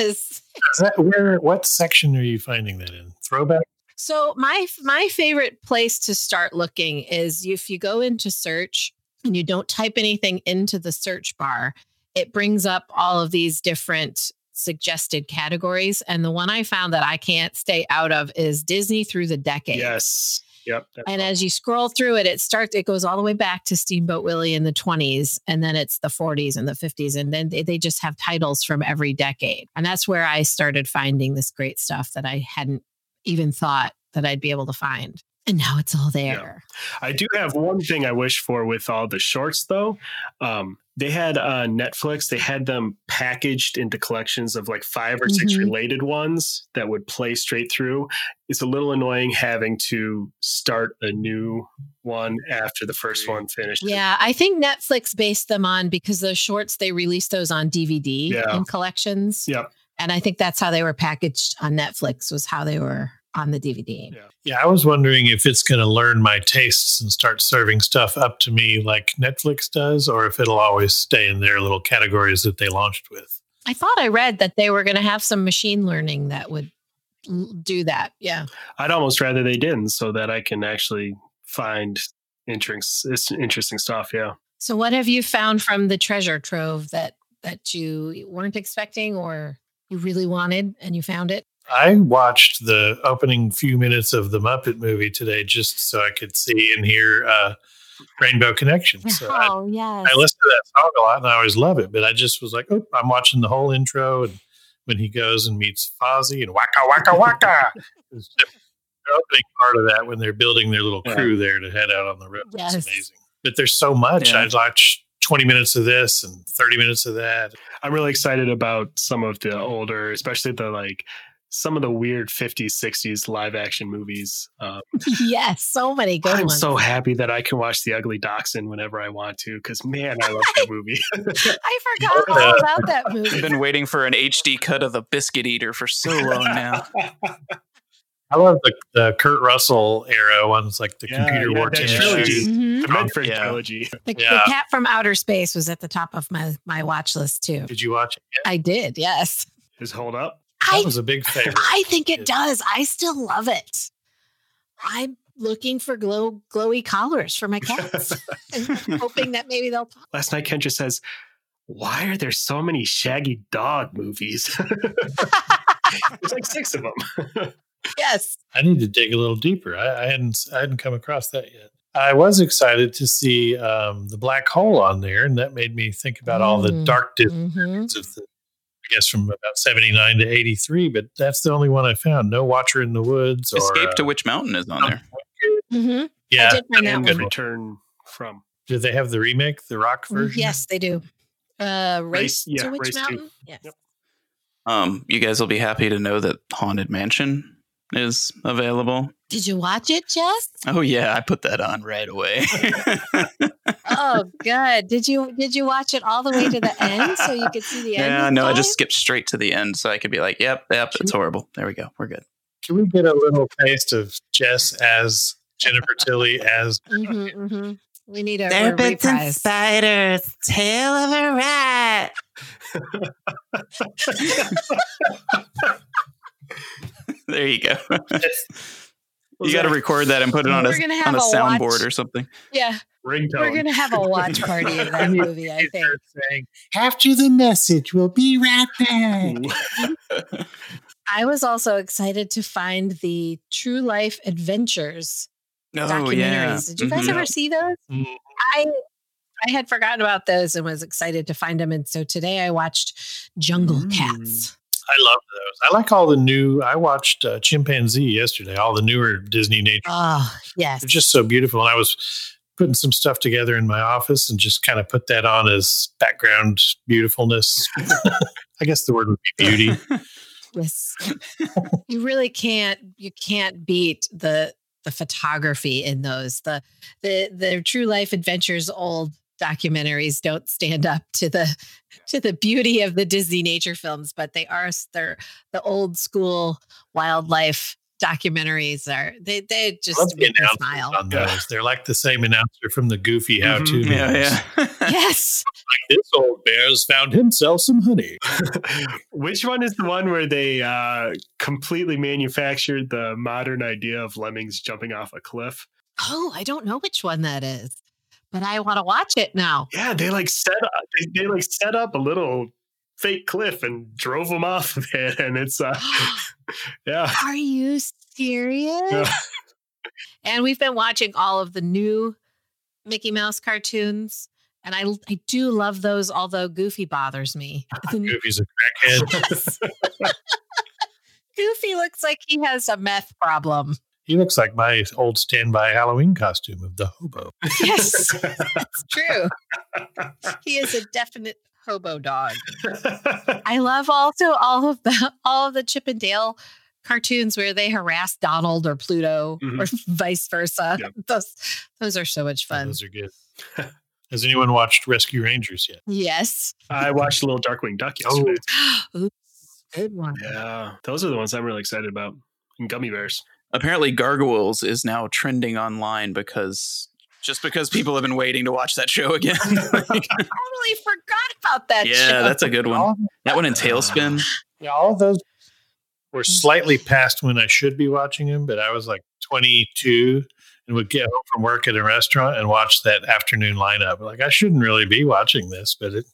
[SPEAKER 4] Is that where? What section are you finding that in? Throwback.
[SPEAKER 5] So my my favorite place to start looking is if you go into search and you don't type anything into the search bar, it brings up all of these different suggested categories and the one I found that I can't stay out of is Disney through the decades.
[SPEAKER 6] Yes. Yep. that's
[SPEAKER 5] And uh,
[SPEAKER 6] all.
[SPEAKER 5] as you scroll through it, it starts, it goes all the way back to Steamboat Willie in the 20s, and then it's the 40s and the 50s. And then they, they just have titles from every decade. And that's where I started finding this great stuff that I hadn't even thought that I'd be able to find. And now it's all there.
[SPEAKER 6] I do have one thing I wish for with all the shorts, though. Um, they had uh, Netflix. They had them packaged into collections of like five or 6
[SPEAKER 5] Mhm.
[SPEAKER 6] related ones that would play straight through. It's a little annoying having to start a new one after the first one finished.
[SPEAKER 5] Yeah, I think Netflix based them on because those shorts, they released those on DVD
[SPEAKER 6] Yeah.
[SPEAKER 5] in collections.
[SPEAKER 6] Yep.
[SPEAKER 5] And I think that's how they were packaged on Netflix, was how they were on the DVD.
[SPEAKER 6] Yeah.
[SPEAKER 4] Yeah, I was wondering if it's going to learn my tastes and start serving stuff up to me like Netflix does, or if it'll always stay in their little categories that they launched with.
[SPEAKER 5] I thought I read that they were going to have some machine learning that would l- do that. Yeah.
[SPEAKER 6] I'd almost rather they didn't, so that I can actually find interest, interesting stuff. Yeah.
[SPEAKER 5] So what have you found from the treasure trove that that you weren't expecting or you really wanted and you found it?
[SPEAKER 4] I watched the opening few minutes of the Muppet movie today just so I could see and hear uh, Rainbow Connection. So I,
[SPEAKER 5] oh, yes.
[SPEAKER 4] I listen to that song a lot and I always love it, but I just was like, oh, I'm watching the whole intro. And when he goes and meets Fozzie and Waka Waka Waka, it's just the opening part of that when they're building their little
[SPEAKER 6] Yeah.
[SPEAKER 4] crew there to head out on the road.
[SPEAKER 5] Yes.
[SPEAKER 4] It's amazing. But there's so much.
[SPEAKER 3] Yeah.
[SPEAKER 4] I'd watch 20 minutes of this and 30 minutes of that.
[SPEAKER 6] I'm really excited about some of the older, especially the like some of the weird 50s, 60s live action movies. Um,
[SPEAKER 5] yes, so many good
[SPEAKER 6] I'm
[SPEAKER 5] ones.
[SPEAKER 6] so happy that I can watch The Ugly Dachshund whenever I want to because man, I love that movie.
[SPEAKER 5] I forgot all
[SPEAKER 4] Yeah.
[SPEAKER 5] about that
[SPEAKER 3] I've
[SPEAKER 5] movie.
[SPEAKER 3] been waiting for an HD cut of the Biscuit Eater for so long now.
[SPEAKER 4] I love the, the Kurt Russell era ones, like the
[SPEAKER 6] Yeah,
[SPEAKER 4] computer
[SPEAKER 6] yeah,
[SPEAKER 4] worked in
[SPEAKER 6] that trilogy.
[SPEAKER 4] shoes.
[SPEAKER 5] Mhm.
[SPEAKER 6] The Medford
[SPEAKER 3] Yeah.
[SPEAKER 6] trilogy.
[SPEAKER 5] The, the
[SPEAKER 4] Yeah.
[SPEAKER 5] cat from outer space was at the top of my my watch list too.
[SPEAKER 4] Did you watch it?
[SPEAKER 5] I did, yes.
[SPEAKER 6] Is hold up.
[SPEAKER 4] That
[SPEAKER 5] I
[SPEAKER 4] was a big favorite.
[SPEAKER 5] I think it
[SPEAKER 4] Yes.
[SPEAKER 5] does. I still love it. I'm looking for glow glowy collars for my cats, and hoping that maybe they'll. Pop.
[SPEAKER 6] Last night, Ken just says, "Why are there so many Shaggy dog movies?" There's like six of them.
[SPEAKER 5] Yes.
[SPEAKER 4] I need to dig a little deeper. I, I hadn't I hadn't come across that yet. I was excited to see um, the black hole on there, and that made me think about all the
[SPEAKER 5] Mm.
[SPEAKER 4] dark disks
[SPEAKER 5] Mhm.
[SPEAKER 4] of the, I guess from about seventy nine to eighty three. But that's the only one I found. No Watcher in the Woods or
[SPEAKER 3] Escape to
[SPEAKER 4] uh,
[SPEAKER 3] Witch Mountain is on there.
[SPEAKER 5] Mhm.
[SPEAKER 4] yeah.
[SPEAKER 5] I did find
[SPEAKER 4] and
[SPEAKER 5] that
[SPEAKER 6] and
[SPEAKER 5] one. Mm-hmm.
[SPEAKER 6] good return from.
[SPEAKER 4] Do they have the remake, the rock version?
[SPEAKER 5] Mm, Yes, they do. Uh, race,
[SPEAKER 6] Race- yeah,
[SPEAKER 5] to Witch
[SPEAKER 6] Race to-
[SPEAKER 5] Mountain. Yes.
[SPEAKER 6] Yep.
[SPEAKER 3] Um, you guys will be happy to know that Haunted Mansion is available.
[SPEAKER 5] Did you watch it, Jess?
[SPEAKER 3] Oh yeah, I put that on right away.
[SPEAKER 5] Oh, good. Did you did you watch it all the way to the end so you could see the end?
[SPEAKER 3] yeah,
[SPEAKER 5] of
[SPEAKER 3] no, I
[SPEAKER 5] time?
[SPEAKER 3] just skipped straight to the end so I could be like, yep, yep, it's horrible. There we go. We're good.
[SPEAKER 4] Can we get a little taste of Jess as Jennifer Tilly as
[SPEAKER 5] Mhm, mhm. We need a, a
[SPEAKER 8] Serpents and
[SPEAKER 5] reprise.
[SPEAKER 8] spiders, tail of a rat.
[SPEAKER 3] There you go. you
[SPEAKER 6] Was
[SPEAKER 3] got to
[SPEAKER 6] that-
[SPEAKER 3] record that and put it on a,
[SPEAKER 5] We're gonna
[SPEAKER 3] on
[SPEAKER 5] have
[SPEAKER 3] a
[SPEAKER 5] a watch-
[SPEAKER 3] soundboard or something.
[SPEAKER 5] Yeah, we're
[SPEAKER 4] ringtone?
[SPEAKER 5] gonna have a watch party of that movie. I think.
[SPEAKER 4] saying, After the message, we'll be right back.
[SPEAKER 5] I was also excited to find the True Life Adventures
[SPEAKER 3] Oh,
[SPEAKER 5] documentaries. Did you guys
[SPEAKER 3] Mhm.
[SPEAKER 5] ever see those?
[SPEAKER 4] Mm.
[SPEAKER 5] I I had forgotten about those and was excited to find them. And so today I watched Jungle
[SPEAKER 6] Mm.
[SPEAKER 5] Cats.
[SPEAKER 4] I love those. I like all the new. I watched uh, Chimpanzee yesterday. All the newer Disney nature.
[SPEAKER 5] Oh yes,
[SPEAKER 4] They're just so beautiful. And I was putting some stuff together in my office and just kind of put that on as background beautifulness. I guess the word would be beauty.
[SPEAKER 5] yes. you really can't you can't beat the the photography in those. The the the True Life Adventures old documentaries don't stand up to the to the beauty of the Disney nature films, but they are they're the old school wildlife documentaries are they they
[SPEAKER 4] Love
[SPEAKER 5] just
[SPEAKER 4] the
[SPEAKER 5] make me
[SPEAKER 4] announcements
[SPEAKER 5] smile.
[SPEAKER 4] on those. They're like the same announcer from the Goofy How To.
[SPEAKER 6] Mhm.
[SPEAKER 3] Mm-hmm. Yeah, yeah.
[SPEAKER 5] yes.
[SPEAKER 4] Like this old bear's found himself some honey.
[SPEAKER 6] Which one is the one where they uh, completely manufactured the modern idea of lemmings jumping off a cliff?
[SPEAKER 5] Oh, I don't know which one that is, but I want to watch it now.
[SPEAKER 6] Yeah, they like set up. They, they like set up a little fake cliff and drove them off of it, and it's uh, yeah.
[SPEAKER 5] Are you serious?
[SPEAKER 6] Yeah.
[SPEAKER 5] and we've been watching all of the new Mickey Mouse cartoons. And I, I do love those, although Goofy bothers me.
[SPEAKER 4] Goofy's a crackhead.
[SPEAKER 5] Yes. Goofy looks like he has a meth problem.
[SPEAKER 4] He looks like my old standby Halloween costume of the hobo.
[SPEAKER 5] Yes, that's true. He is a definite hobo dog. I love also all of the all of the Chip and Dale cartoons where they harass Donald or Pluto or vice versa.
[SPEAKER 6] Yep.
[SPEAKER 5] Those those are so much
[SPEAKER 4] Oh,
[SPEAKER 5] fun.
[SPEAKER 4] Those are good. Has anyone watched Rescue Rangers yet?
[SPEAKER 5] Yes.
[SPEAKER 6] I watched a little Darkwing Duck
[SPEAKER 4] Oh.
[SPEAKER 6] yesterday.
[SPEAKER 5] Oops, good one.
[SPEAKER 6] Yeah, those are the ones I'm really excited about. And gummy bears.
[SPEAKER 3] Apparently, Gargoyles is now trending online because just because people have been waiting to watch that show again. Like,
[SPEAKER 5] Totally forgot about that.
[SPEAKER 3] yeah,
[SPEAKER 5] show.
[SPEAKER 3] that's a good one.
[SPEAKER 4] All,
[SPEAKER 3] That one in Tailspin.
[SPEAKER 4] yeah, all those Mm. were slightly past when I should be watching them, but I was like 22 and would get home from work at a restaurant and watch that afternoon lineup. Like, I shouldn't really be watching this, but it,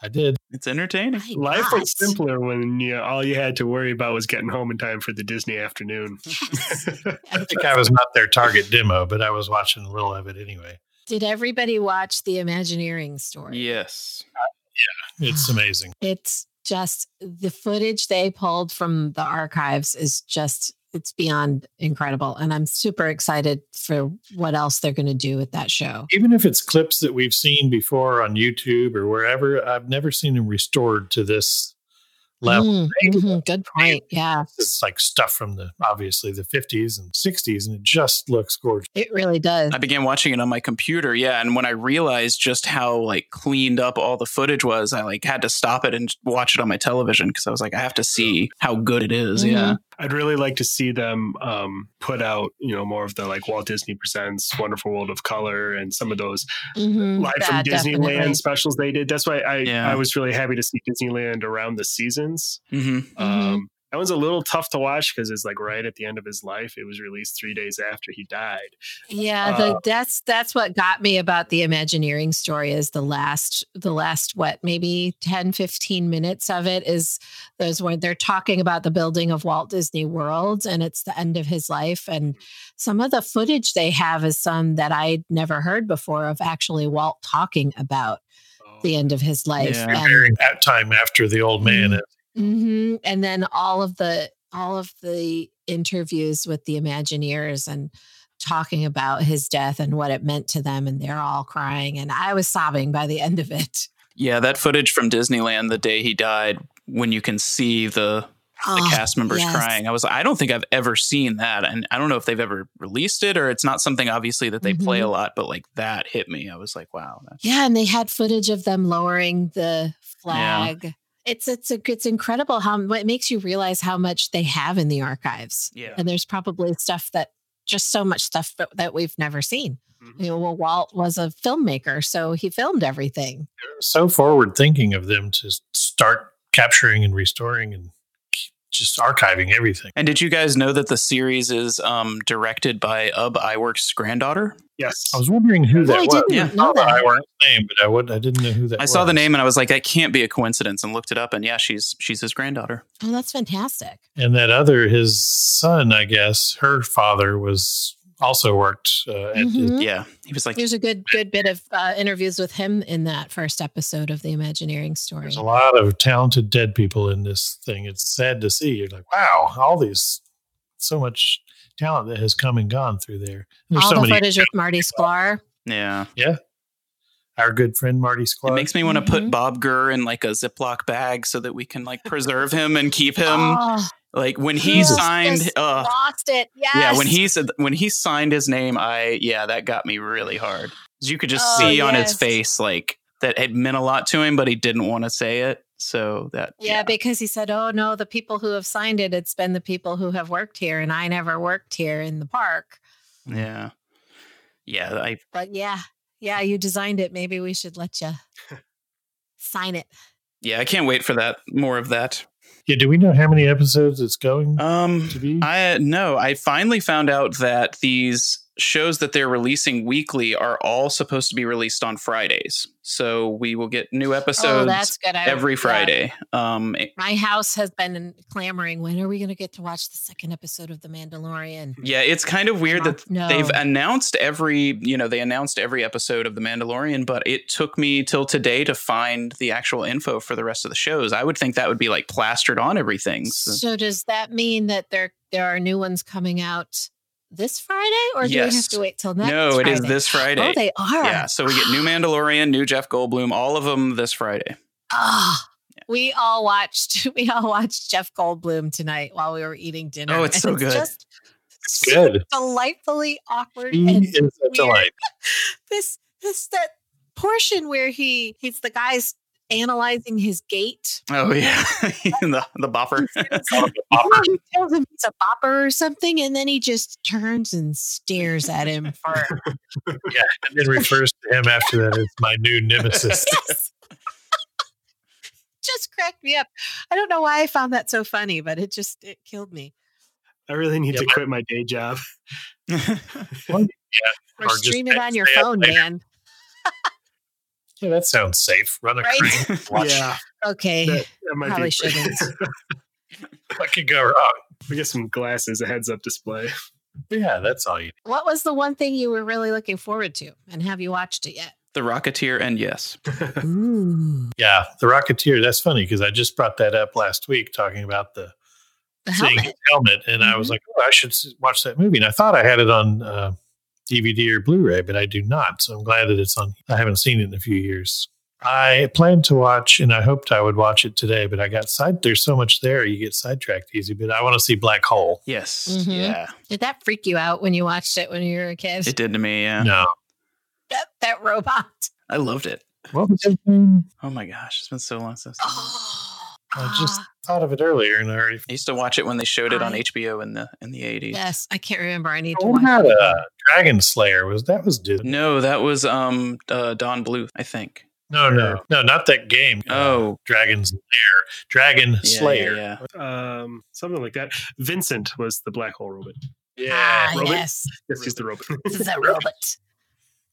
[SPEAKER 4] I did.
[SPEAKER 3] It's entertaining.
[SPEAKER 5] My
[SPEAKER 6] Life was
[SPEAKER 5] gosh.
[SPEAKER 6] simpler when you, all you had to worry about was getting home in time for the Disney afternoon.
[SPEAKER 4] I think I was not their target demo, but I was watching a little of it anyway.
[SPEAKER 5] Did everybody watch the Imagineering story?
[SPEAKER 3] Yes.
[SPEAKER 4] It's amazing.
[SPEAKER 5] It's just the footage they pulled from the archives is just it's beyond incredible and I'm super excited for what else they're going to do with that show.
[SPEAKER 4] Even if it's clips that we've seen before on YouTube or wherever, I've never seen them restored to this level.
[SPEAKER 5] Mm, mhm, good point. Yeah,
[SPEAKER 4] it's like stuff from the obviously the 50s and 60s and it just looks gorgeous
[SPEAKER 5] it really does.
[SPEAKER 3] I began watching it on my computer. Yeah, and when I realized just how like cleaned up all the footage was, I like had to stop it and watch it on my television because I was like, I have to see how good it is. Yeah.
[SPEAKER 6] I'd really like to see them um, put out, you know, more of the like Walt Disney Presents, Wonderful World of Color, and some of those
[SPEAKER 5] Mhm,
[SPEAKER 6] live from
[SPEAKER 5] that
[SPEAKER 6] Disneyland
[SPEAKER 5] definitely.
[SPEAKER 6] specials they did. That's why I
[SPEAKER 3] Yeah.
[SPEAKER 6] I was really happy to see Disneyland around the seasons.
[SPEAKER 3] hmm
[SPEAKER 5] Mhm.
[SPEAKER 6] Um, That one's a little tough to watch because it's like right at the end of his life. It was released three days after he died. Uh,
[SPEAKER 5] Yeah, the, that's that's what got me about the Imagineering story is the last the last what maybe 10 15 minutes of it is those when they're talking about the building of Walt Disney World and it's the end of his life and some of the footage they have is some that I'd never heard before of actually Walt talking about
[SPEAKER 6] Oh.
[SPEAKER 5] the end of his life
[SPEAKER 3] Yeah.
[SPEAKER 5] and
[SPEAKER 4] Preparing that time after the old man.
[SPEAKER 5] hmm And then all of the all of the interviews with the Imagineers and talking about his death and what it meant to them, and they're all crying, and I was sobbing by the end of it.
[SPEAKER 3] Yeah, that footage from Disneyland the day he died, when you can see the the
[SPEAKER 5] Oh,
[SPEAKER 3] cast members
[SPEAKER 5] yes.
[SPEAKER 3] crying. I was I don't think I've ever seen that. And I don't know if they've ever released it or it's not something obviously that they play a lot, but like that hit me. I was like, wow. That's,
[SPEAKER 5] Yeah, and they had footage of them lowering the flag. It's it's a, it's incredible how it makes you realize how much they have in the archives.
[SPEAKER 3] yeah.
[SPEAKER 5] and there's probably stuff that just so much stuff that, that we've never seen.
[SPEAKER 3] Mm-hmm.
[SPEAKER 5] You know, well, Walt was a filmmaker, so he filmed everything.
[SPEAKER 4] So forward thinking of them to start capturing and restoring and just archiving everything.
[SPEAKER 3] And did you guys know that the series is um, directed by Ub Iwerks' granddaughter?
[SPEAKER 6] Yes.
[SPEAKER 4] I was wondering who
[SPEAKER 5] Oh,
[SPEAKER 4] that
[SPEAKER 5] I
[SPEAKER 4] was.
[SPEAKER 5] didn't
[SPEAKER 3] yeah.
[SPEAKER 5] know that.
[SPEAKER 4] I weren't name, but I would I didn't know who that
[SPEAKER 3] I
[SPEAKER 4] was.
[SPEAKER 3] saw the name and I was like, that can't be a coincidence, and looked it up. And yeah, she's she's his granddaughter.
[SPEAKER 5] Oh, that's fantastic.
[SPEAKER 4] and that other his son, I guess, her father was also worked uh, at Disney.
[SPEAKER 5] Mhm.
[SPEAKER 3] Yeah, he was like,
[SPEAKER 5] There's a good good bit of uh, interviews with him in that first episode of the Imagineering story.
[SPEAKER 4] There's a lot of talented dead people in this thing. It's sad to see. You're like, wow, all these, so much talent that has come and gone through there. And there's
[SPEAKER 5] All
[SPEAKER 4] so
[SPEAKER 5] the
[SPEAKER 4] many.
[SPEAKER 5] footage with Marty Sklar.
[SPEAKER 3] yeah.
[SPEAKER 4] Our good friend Marty
[SPEAKER 3] It
[SPEAKER 4] Sklar.
[SPEAKER 3] makes me want to put
[SPEAKER 5] Mhm.
[SPEAKER 3] Bob Gurr in like a Ziploc bag so that we can like preserve him and keep him.
[SPEAKER 5] Oh,
[SPEAKER 3] like when he
[SPEAKER 5] Yes.
[SPEAKER 3] signed,
[SPEAKER 5] Just
[SPEAKER 3] uh,
[SPEAKER 5] lost it. Yes.
[SPEAKER 3] yeah, when he said when he signed his name, I yeah, that got me really hard. 'Cause You could just
[SPEAKER 5] Oh,
[SPEAKER 3] see on his
[SPEAKER 5] yes.
[SPEAKER 3] face like that it meant a lot to him, but he didn't want to say it. So that
[SPEAKER 5] Yeah, because he said, "Oh no, the people who have signed it, it's been the people who have worked here, and I never worked here in the park."
[SPEAKER 3] yeah, yeah. I
[SPEAKER 5] But yeah, yeah, you designed it. Maybe we should let you sign it.
[SPEAKER 3] yeah, I can't wait for that. More of that.
[SPEAKER 4] yeah, do we know how many episodes it's going
[SPEAKER 3] Um,
[SPEAKER 4] to be?
[SPEAKER 3] I no, I finally found out that these shows that they're releasing weekly are all supposed to be released on Fridays. So we will get new
[SPEAKER 5] oh,
[SPEAKER 3] episodes
[SPEAKER 5] that's good. I-
[SPEAKER 3] every
[SPEAKER 5] yeah.
[SPEAKER 3] Friday. Um,
[SPEAKER 5] My house has been clamoring. When are we going to get to watch the second episode of The Mandalorian?
[SPEAKER 3] yeah, it's kind of weird that
[SPEAKER 5] no.
[SPEAKER 3] they've announced every, you know, they announced every episode of The Mandalorian, but it took me till today to find the actual info for the rest of the shows. I would think that would be like plastered on everything. So-
[SPEAKER 5] So does that mean that there there are new ones coming out this Friday, or do we
[SPEAKER 3] Yes.
[SPEAKER 5] have to wait till next?
[SPEAKER 3] no, it is
[SPEAKER 5] Friday?
[SPEAKER 3] this Friday.
[SPEAKER 5] Oh, they are.
[SPEAKER 3] yeah, so we get new Mandalorian, new Jeff Goldblum, all of them this Friday.
[SPEAKER 5] Ah. We all watched. We all watched Jeff Goldblum tonight while we were eating dinner.
[SPEAKER 3] Oh, it's
[SPEAKER 5] and
[SPEAKER 3] so good.
[SPEAKER 5] Just so
[SPEAKER 4] good.
[SPEAKER 5] delightfully awkward.
[SPEAKER 4] He
[SPEAKER 5] and
[SPEAKER 4] is a
[SPEAKER 5] weird.
[SPEAKER 4] delight.
[SPEAKER 5] this this that portion where he he's the guy's analyzing his gait.
[SPEAKER 3] Oh yeah, the the bopper.
[SPEAKER 5] He tells him he's a bopper or something, and then he just turns and stares at him for
[SPEAKER 4] And then refers to him after that as my new nemesis.
[SPEAKER 5] Yes. just cracked me up. I don't know why I found that so funny, but it just it killed me.
[SPEAKER 6] I really need
[SPEAKER 4] Yeah,
[SPEAKER 6] to
[SPEAKER 4] my-
[SPEAKER 6] quit my day job.
[SPEAKER 5] Or,
[SPEAKER 4] Or just
[SPEAKER 5] stream it on your
[SPEAKER 4] say it
[SPEAKER 5] phone,
[SPEAKER 4] later.
[SPEAKER 5] man.
[SPEAKER 4] yeah, that sounds safe. Run a
[SPEAKER 5] Right?
[SPEAKER 4] crane. Watch.
[SPEAKER 6] Yeah,
[SPEAKER 5] Okay.
[SPEAKER 6] that, that might
[SPEAKER 5] Probably
[SPEAKER 6] be-
[SPEAKER 5] shouldn't.
[SPEAKER 4] What could go wrong?
[SPEAKER 6] we get some glasses, a heads up display.
[SPEAKER 4] Yeah, that's all you need.
[SPEAKER 5] What was the one thing you were really looking forward to? And have you watched it yet?
[SPEAKER 3] the Rocketeer and yes.
[SPEAKER 5] Ooh.
[SPEAKER 4] Yeah, The Rocketeer. That's funny because I just brought that up last week talking about the
[SPEAKER 5] The
[SPEAKER 4] seeing
[SPEAKER 5] helmet.
[SPEAKER 4] his helmet, and I was like, oh, I should s- watch that movie. And I thought I had it on uh, DVD or Blu-ray, but I do not. So I'm glad that it's on. I haven't seen it in a few years. I planned to watch, and I hoped I would watch it today, but I got side. There's so much there, you get sidetracked easy. But I want to see Black Hole.
[SPEAKER 3] Yes.
[SPEAKER 5] Mhm.
[SPEAKER 3] Yeah.
[SPEAKER 5] Did that freak you out when you watched it when you were a kid?
[SPEAKER 3] It did to me. Yeah.
[SPEAKER 4] No,
[SPEAKER 5] that, that robot.
[SPEAKER 3] I loved it.
[SPEAKER 4] what was his name?
[SPEAKER 3] Oh my gosh, it's been so long since.
[SPEAKER 5] Oh,
[SPEAKER 4] I just
[SPEAKER 5] ah,
[SPEAKER 4] thought of it earlier, and I already.
[SPEAKER 3] I used to watch it when they showed it on
[SPEAKER 5] I-
[SPEAKER 3] HBO in the in the eighties.
[SPEAKER 5] yes, I can't remember. I need to
[SPEAKER 4] What
[SPEAKER 5] watch.
[SPEAKER 4] about uh, Dragon Slayer? Was that was Disney?
[SPEAKER 3] No, that was um uh, Don Bluth, I think.
[SPEAKER 4] No, no, no, not that game. uh,
[SPEAKER 3] Oh,
[SPEAKER 4] Dragon's Lair, Dragon
[SPEAKER 3] yeah,
[SPEAKER 4] Slayer.
[SPEAKER 3] yeah,
[SPEAKER 6] Um, something like that. Vincent was the black hole robot.
[SPEAKER 5] ah,
[SPEAKER 6] robot.
[SPEAKER 5] yes.
[SPEAKER 6] Yes, he's the robot.
[SPEAKER 5] This is a robot.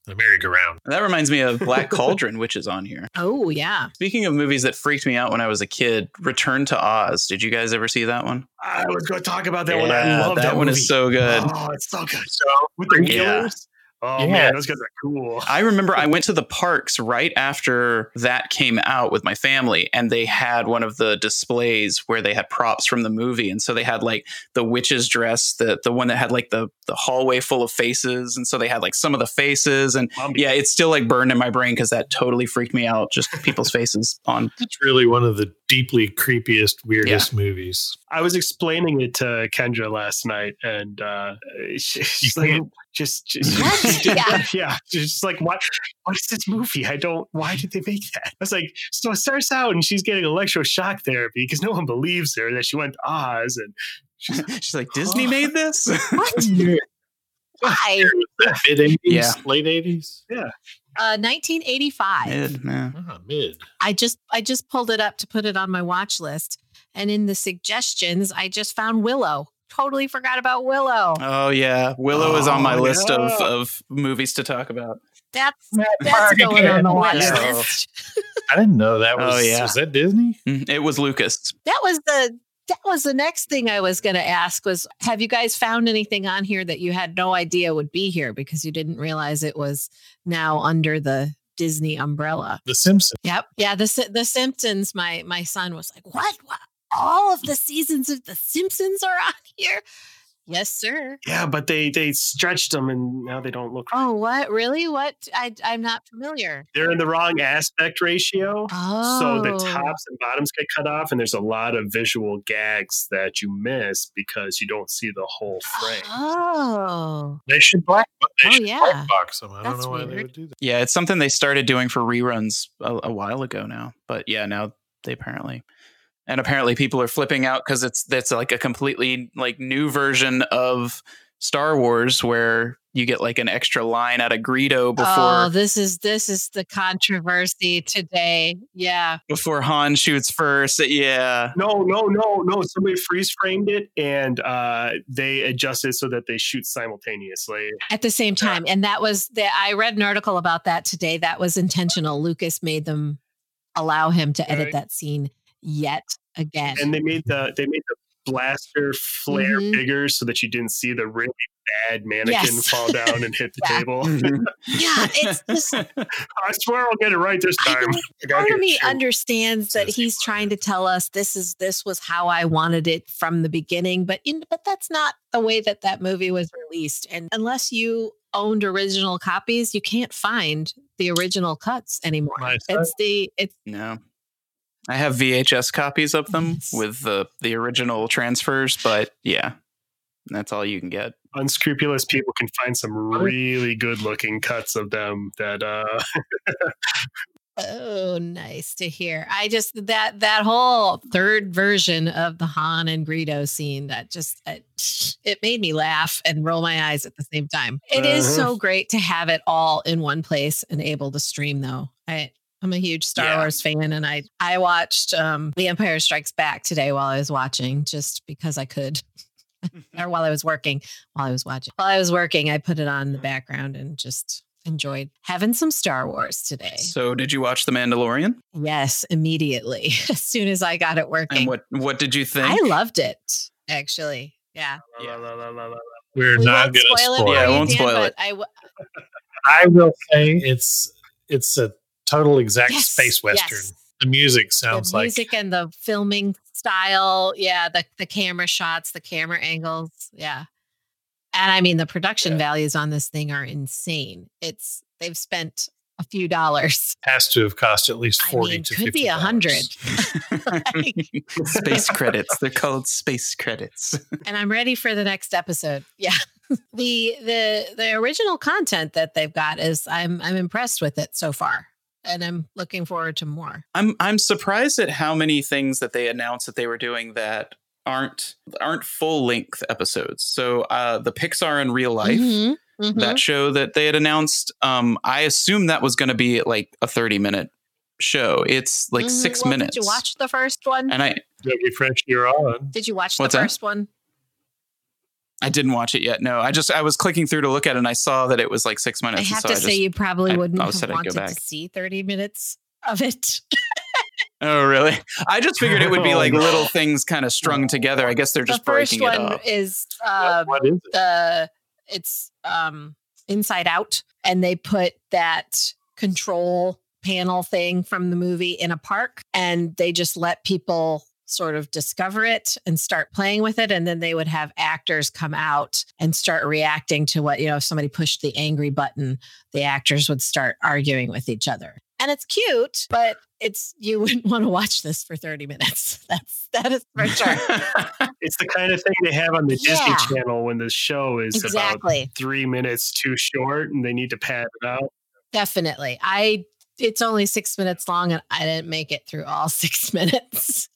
[SPEAKER 4] the merry-go-round.
[SPEAKER 3] That reminds me of Black Cauldron, which is on here.
[SPEAKER 5] Oh, yeah.
[SPEAKER 3] Speaking of movies that freaked me out when I was a kid, Return to Oz. Did you guys ever see that one?
[SPEAKER 6] I was going to talk about that one. I
[SPEAKER 3] Yeah,
[SPEAKER 6] love that,
[SPEAKER 3] that, one
[SPEAKER 6] movie.
[SPEAKER 3] is so good.
[SPEAKER 6] Oh, it's so good.
[SPEAKER 4] So
[SPEAKER 6] With the
[SPEAKER 3] Yeah.
[SPEAKER 6] wheelers. Oh
[SPEAKER 4] Yeah.
[SPEAKER 6] man, those guys are cool.
[SPEAKER 3] I remember I went to the parks right after that came out with my family, and they had one of the displays where they had props from the movie. And so they had like the witch's dress, the the one that had like the the hallway full of faces, and so they had like some of the faces. And
[SPEAKER 6] Zombie.
[SPEAKER 3] yeah, it's still like burned in my brain because that totally freaked me out. Just people's faces on.
[SPEAKER 4] it's really one of the deeply creepiest, weirdest movies.
[SPEAKER 6] I was explaining it to Kendra last night, and uh, she- she's
[SPEAKER 4] You
[SPEAKER 6] like,
[SPEAKER 4] can't-
[SPEAKER 6] just, just,
[SPEAKER 5] What?
[SPEAKER 6] she did-
[SPEAKER 5] Yeah.
[SPEAKER 6] yeah, she's just like, what? What is this movie? I don't. Why did they make that? I was like, so it starts out, and she's getting electroshock therapy because no one believes her that she went to Oz, and
[SPEAKER 3] She's like, Disney made this.
[SPEAKER 5] What? Why?
[SPEAKER 4] Mid eighties,
[SPEAKER 3] Yeah.
[SPEAKER 4] late eighties.
[SPEAKER 5] Uh, 1985.
[SPEAKER 3] Mid, man.
[SPEAKER 4] Ah, mid.
[SPEAKER 5] I just I just pulled it up to put it on my watch list, and in the suggestions, I just found Willow. Totally forgot about Willow.
[SPEAKER 3] Oh yeah, Willow is on my
[SPEAKER 6] Oh,
[SPEAKER 3] list of,
[SPEAKER 6] yeah.
[SPEAKER 3] of movies to talk about.
[SPEAKER 5] That's that's
[SPEAKER 4] Parker
[SPEAKER 5] going on the watch
[SPEAKER 3] Willow.
[SPEAKER 5] list.
[SPEAKER 4] I didn't know that was.
[SPEAKER 3] Oh, yeah.
[SPEAKER 4] Was that Disney?
[SPEAKER 3] Mm, It was Lucas.
[SPEAKER 5] That was the that was the next thing I was going to ask was have you guys found anything on here that you had no idea would be here because you didn't realize it was now under the Disney umbrella?
[SPEAKER 4] The Simpsons.
[SPEAKER 5] Yep. Yeah, the Si- the Simpsons my my son was like, "What? what? All of the seasons of the Simpsons are on here?" Yes, sir.
[SPEAKER 6] yeah, but they they stretched them, and now they don't look.
[SPEAKER 5] Oh, what? Really? What? I, I'm not familiar.
[SPEAKER 6] They're in the wrong aspect ratio.
[SPEAKER 5] Oh.
[SPEAKER 6] So the tops and bottoms get cut off, and there's a lot of visual gags that you miss because you don't see the whole frame.
[SPEAKER 5] Oh.
[SPEAKER 4] They should black. They
[SPEAKER 5] Oh,
[SPEAKER 4] should
[SPEAKER 5] yeah.
[SPEAKER 4] black box them. I don't
[SPEAKER 5] That's
[SPEAKER 4] know why they
[SPEAKER 5] weird.
[SPEAKER 4] would do that.
[SPEAKER 3] Yeah, it's something they started doing for reruns a, a while ago now. But yeah, now they apparently and apparently people are flipping out because it's that's like a completely like new version of Star Wars where you get like an extra line out of Greedo before
[SPEAKER 5] Oh, this is this is the controversy today. Yeah.
[SPEAKER 3] before Han shoots first. Yeah.
[SPEAKER 6] No, no, no, no. Somebody freeze framed it and uh, they adjusted so that they shoot simultaneously.
[SPEAKER 5] At the same time. And that was that I read an article about that today. That was intentional. Lucas made them allow him to edit
[SPEAKER 6] Right.
[SPEAKER 5] that scene yet again.
[SPEAKER 6] And they made the they made the blaster flare
[SPEAKER 5] Mhm.
[SPEAKER 6] bigger so that you didn't see the really bad mannequin
[SPEAKER 5] Yes.
[SPEAKER 6] fall down and hit the
[SPEAKER 5] Yeah.
[SPEAKER 6] table.
[SPEAKER 5] yeah, it's just
[SPEAKER 6] I swear I'll get it right this
[SPEAKER 5] I
[SPEAKER 6] time.
[SPEAKER 5] don't-
[SPEAKER 6] I got
[SPEAKER 5] part
[SPEAKER 6] here.
[SPEAKER 5] of me
[SPEAKER 6] Shoot.
[SPEAKER 5] understands that
[SPEAKER 4] Says
[SPEAKER 5] he's trying to tell us this is this was how I wanted it from the beginning, but in, but that's not the way that that movie was released. And unless you owned original copies, you can't find the original cuts anymore.
[SPEAKER 4] Nice.
[SPEAKER 5] It's the it's
[SPEAKER 3] no. I have VHS copies of them
[SPEAKER 5] Yes.
[SPEAKER 3] with the the original transfers, but yeah. That's all you can get.
[SPEAKER 6] Unscrupulous people can find some really good looking cuts of them that uh
[SPEAKER 5] oh nice to hear. I just that that whole third version of the Han and Greedo scene that just it, it made me laugh and roll my eyes at the same time. It is
[SPEAKER 6] Uh-huh.
[SPEAKER 5] so great to have it all in one place and able to stream though. I I'm a huge Star
[SPEAKER 3] Yeah.
[SPEAKER 5] Wars fan and I I watched um The Empire Strikes Back today while I was watching just because I could. or while I was working, while I was watching. While I was working, I put it on in the background and just enjoyed having some Star Wars today.
[SPEAKER 3] So did you watch The Mandalorian?
[SPEAKER 5] Yes, immediately as soon as I got it working.
[SPEAKER 3] And what what did you think?
[SPEAKER 5] I loved it actually. Yeah,
[SPEAKER 3] Yeah.
[SPEAKER 6] la, la, la, la, la.
[SPEAKER 4] We're
[SPEAKER 5] We
[SPEAKER 4] not
[SPEAKER 5] won't
[SPEAKER 4] gonna spoil,
[SPEAKER 5] for
[SPEAKER 4] it.
[SPEAKER 3] Yeah, I
[SPEAKER 5] you,
[SPEAKER 3] won't
[SPEAKER 5] Dan,
[SPEAKER 3] spoil
[SPEAKER 5] but
[SPEAKER 3] it.
[SPEAKER 5] I w-
[SPEAKER 4] I will say it's it's a total exact
[SPEAKER 5] Yes,
[SPEAKER 4] space western.
[SPEAKER 5] yes.
[SPEAKER 4] The music sounds
[SPEAKER 5] the music and the filming style. Yeah, the the camera shots, the camera angles. Yeah, and I mean the production values on this thing are insane. It's they've spent a few dollars.
[SPEAKER 4] like has to have cost at least
[SPEAKER 5] I
[SPEAKER 4] forty
[SPEAKER 5] mean,
[SPEAKER 4] to
[SPEAKER 5] could
[SPEAKER 4] fifty.
[SPEAKER 5] be a hundred.
[SPEAKER 3] space credits. They're called space credits.
[SPEAKER 5] and I'm ready for the next episode. Yeah. the the the original content that they've got is I'm I'm impressed with it so far. And I'm looking forward to more.
[SPEAKER 3] I'm I'm surprised at how many things that they announced that they were doing that aren't aren't full length episodes. So uh, the Pixar in real life.
[SPEAKER 5] Mhm, mhm.
[SPEAKER 3] That show that they had announced, um, I assumed that was going to be like a 30 minute show. It's like
[SPEAKER 5] Mhm.
[SPEAKER 3] six
[SPEAKER 5] Well,
[SPEAKER 3] minutes.
[SPEAKER 5] Did you watch the first one?
[SPEAKER 3] And I
[SPEAKER 4] That refresh you're on.
[SPEAKER 5] Did you watch
[SPEAKER 3] What's
[SPEAKER 5] the
[SPEAKER 3] that?
[SPEAKER 5] first one?
[SPEAKER 3] I didn't watch it yet. No, I just I was clicking through to look at it and I saw that it was like six minutes.
[SPEAKER 5] I
[SPEAKER 3] and
[SPEAKER 5] have
[SPEAKER 3] so
[SPEAKER 5] to
[SPEAKER 3] I
[SPEAKER 5] say,
[SPEAKER 3] just-
[SPEAKER 5] you probably
[SPEAKER 3] I-
[SPEAKER 5] wouldn't
[SPEAKER 3] I
[SPEAKER 5] have
[SPEAKER 3] said I'd go
[SPEAKER 5] wanted to
[SPEAKER 3] back.
[SPEAKER 5] see 30 minutes of it.
[SPEAKER 3] oh really? I just figured it would be like
[SPEAKER 4] Oh, no.
[SPEAKER 3] little things kind of strung together. I guess they're
[SPEAKER 5] The
[SPEAKER 3] just
[SPEAKER 5] first
[SPEAKER 3] breaking it
[SPEAKER 5] one
[SPEAKER 3] up.
[SPEAKER 5] is uh,
[SPEAKER 4] what is it?
[SPEAKER 5] the it's um, Inside Out, and they put that control panel thing from the movie in a park, and they just let people sort of discover it and start playing with it and then they would have actors come out and start reacting to what you know if somebody pushed the angry button the actors would start arguing with each other. And it's cute, but it's you wouldn't want to watch this for 30 minutes. That's that is for sure.
[SPEAKER 6] It's the kind of thing they have on the Disney
[SPEAKER 5] Yeah.
[SPEAKER 6] Channel when the show is about
[SPEAKER 5] exactly.
[SPEAKER 6] three minutes too short and they need to pad it out.
[SPEAKER 5] Definitely. I it's only 6 minutes long and I didn't make it through all 6 minutes.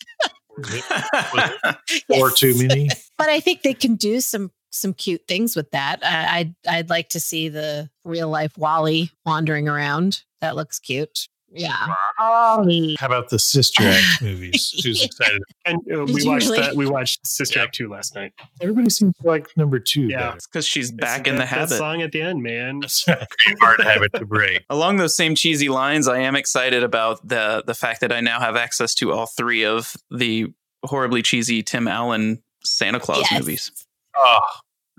[SPEAKER 4] Or
[SPEAKER 5] Yes.
[SPEAKER 4] too many.
[SPEAKER 5] But I think they can do some some cute things with that. I I'd, I'd like to see the real life Wally wandering around. That looks cute. Yeah.
[SPEAKER 4] How about the Sister Act movies? Who's excited?
[SPEAKER 6] And uh,
[SPEAKER 5] Did
[SPEAKER 6] we
[SPEAKER 5] you
[SPEAKER 6] watched
[SPEAKER 5] really?
[SPEAKER 6] that. We watched Sister
[SPEAKER 4] Yeah.
[SPEAKER 6] Act two last night.
[SPEAKER 4] Everybody seems to like number two.
[SPEAKER 6] Yeah.
[SPEAKER 4] better.
[SPEAKER 3] It's because she's back
[SPEAKER 6] It's
[SPEAKER 3] in the
[SPEAKER 6] that- that
[SPEAKER 3] habit.
[SPEAKER 6] song at the end, man.
[SPEAKER 4] It's pretty hard to have it to break.
[SPEAKER 3] Along those same cheesy lines, I am excited about the the fact that I now have access to all three of the horribly cheesy Tim Allen Santa Claus
[SPEAKER 5] Yes.
[SPEAKER 3] movies.
[SPEAKER 4] Oh,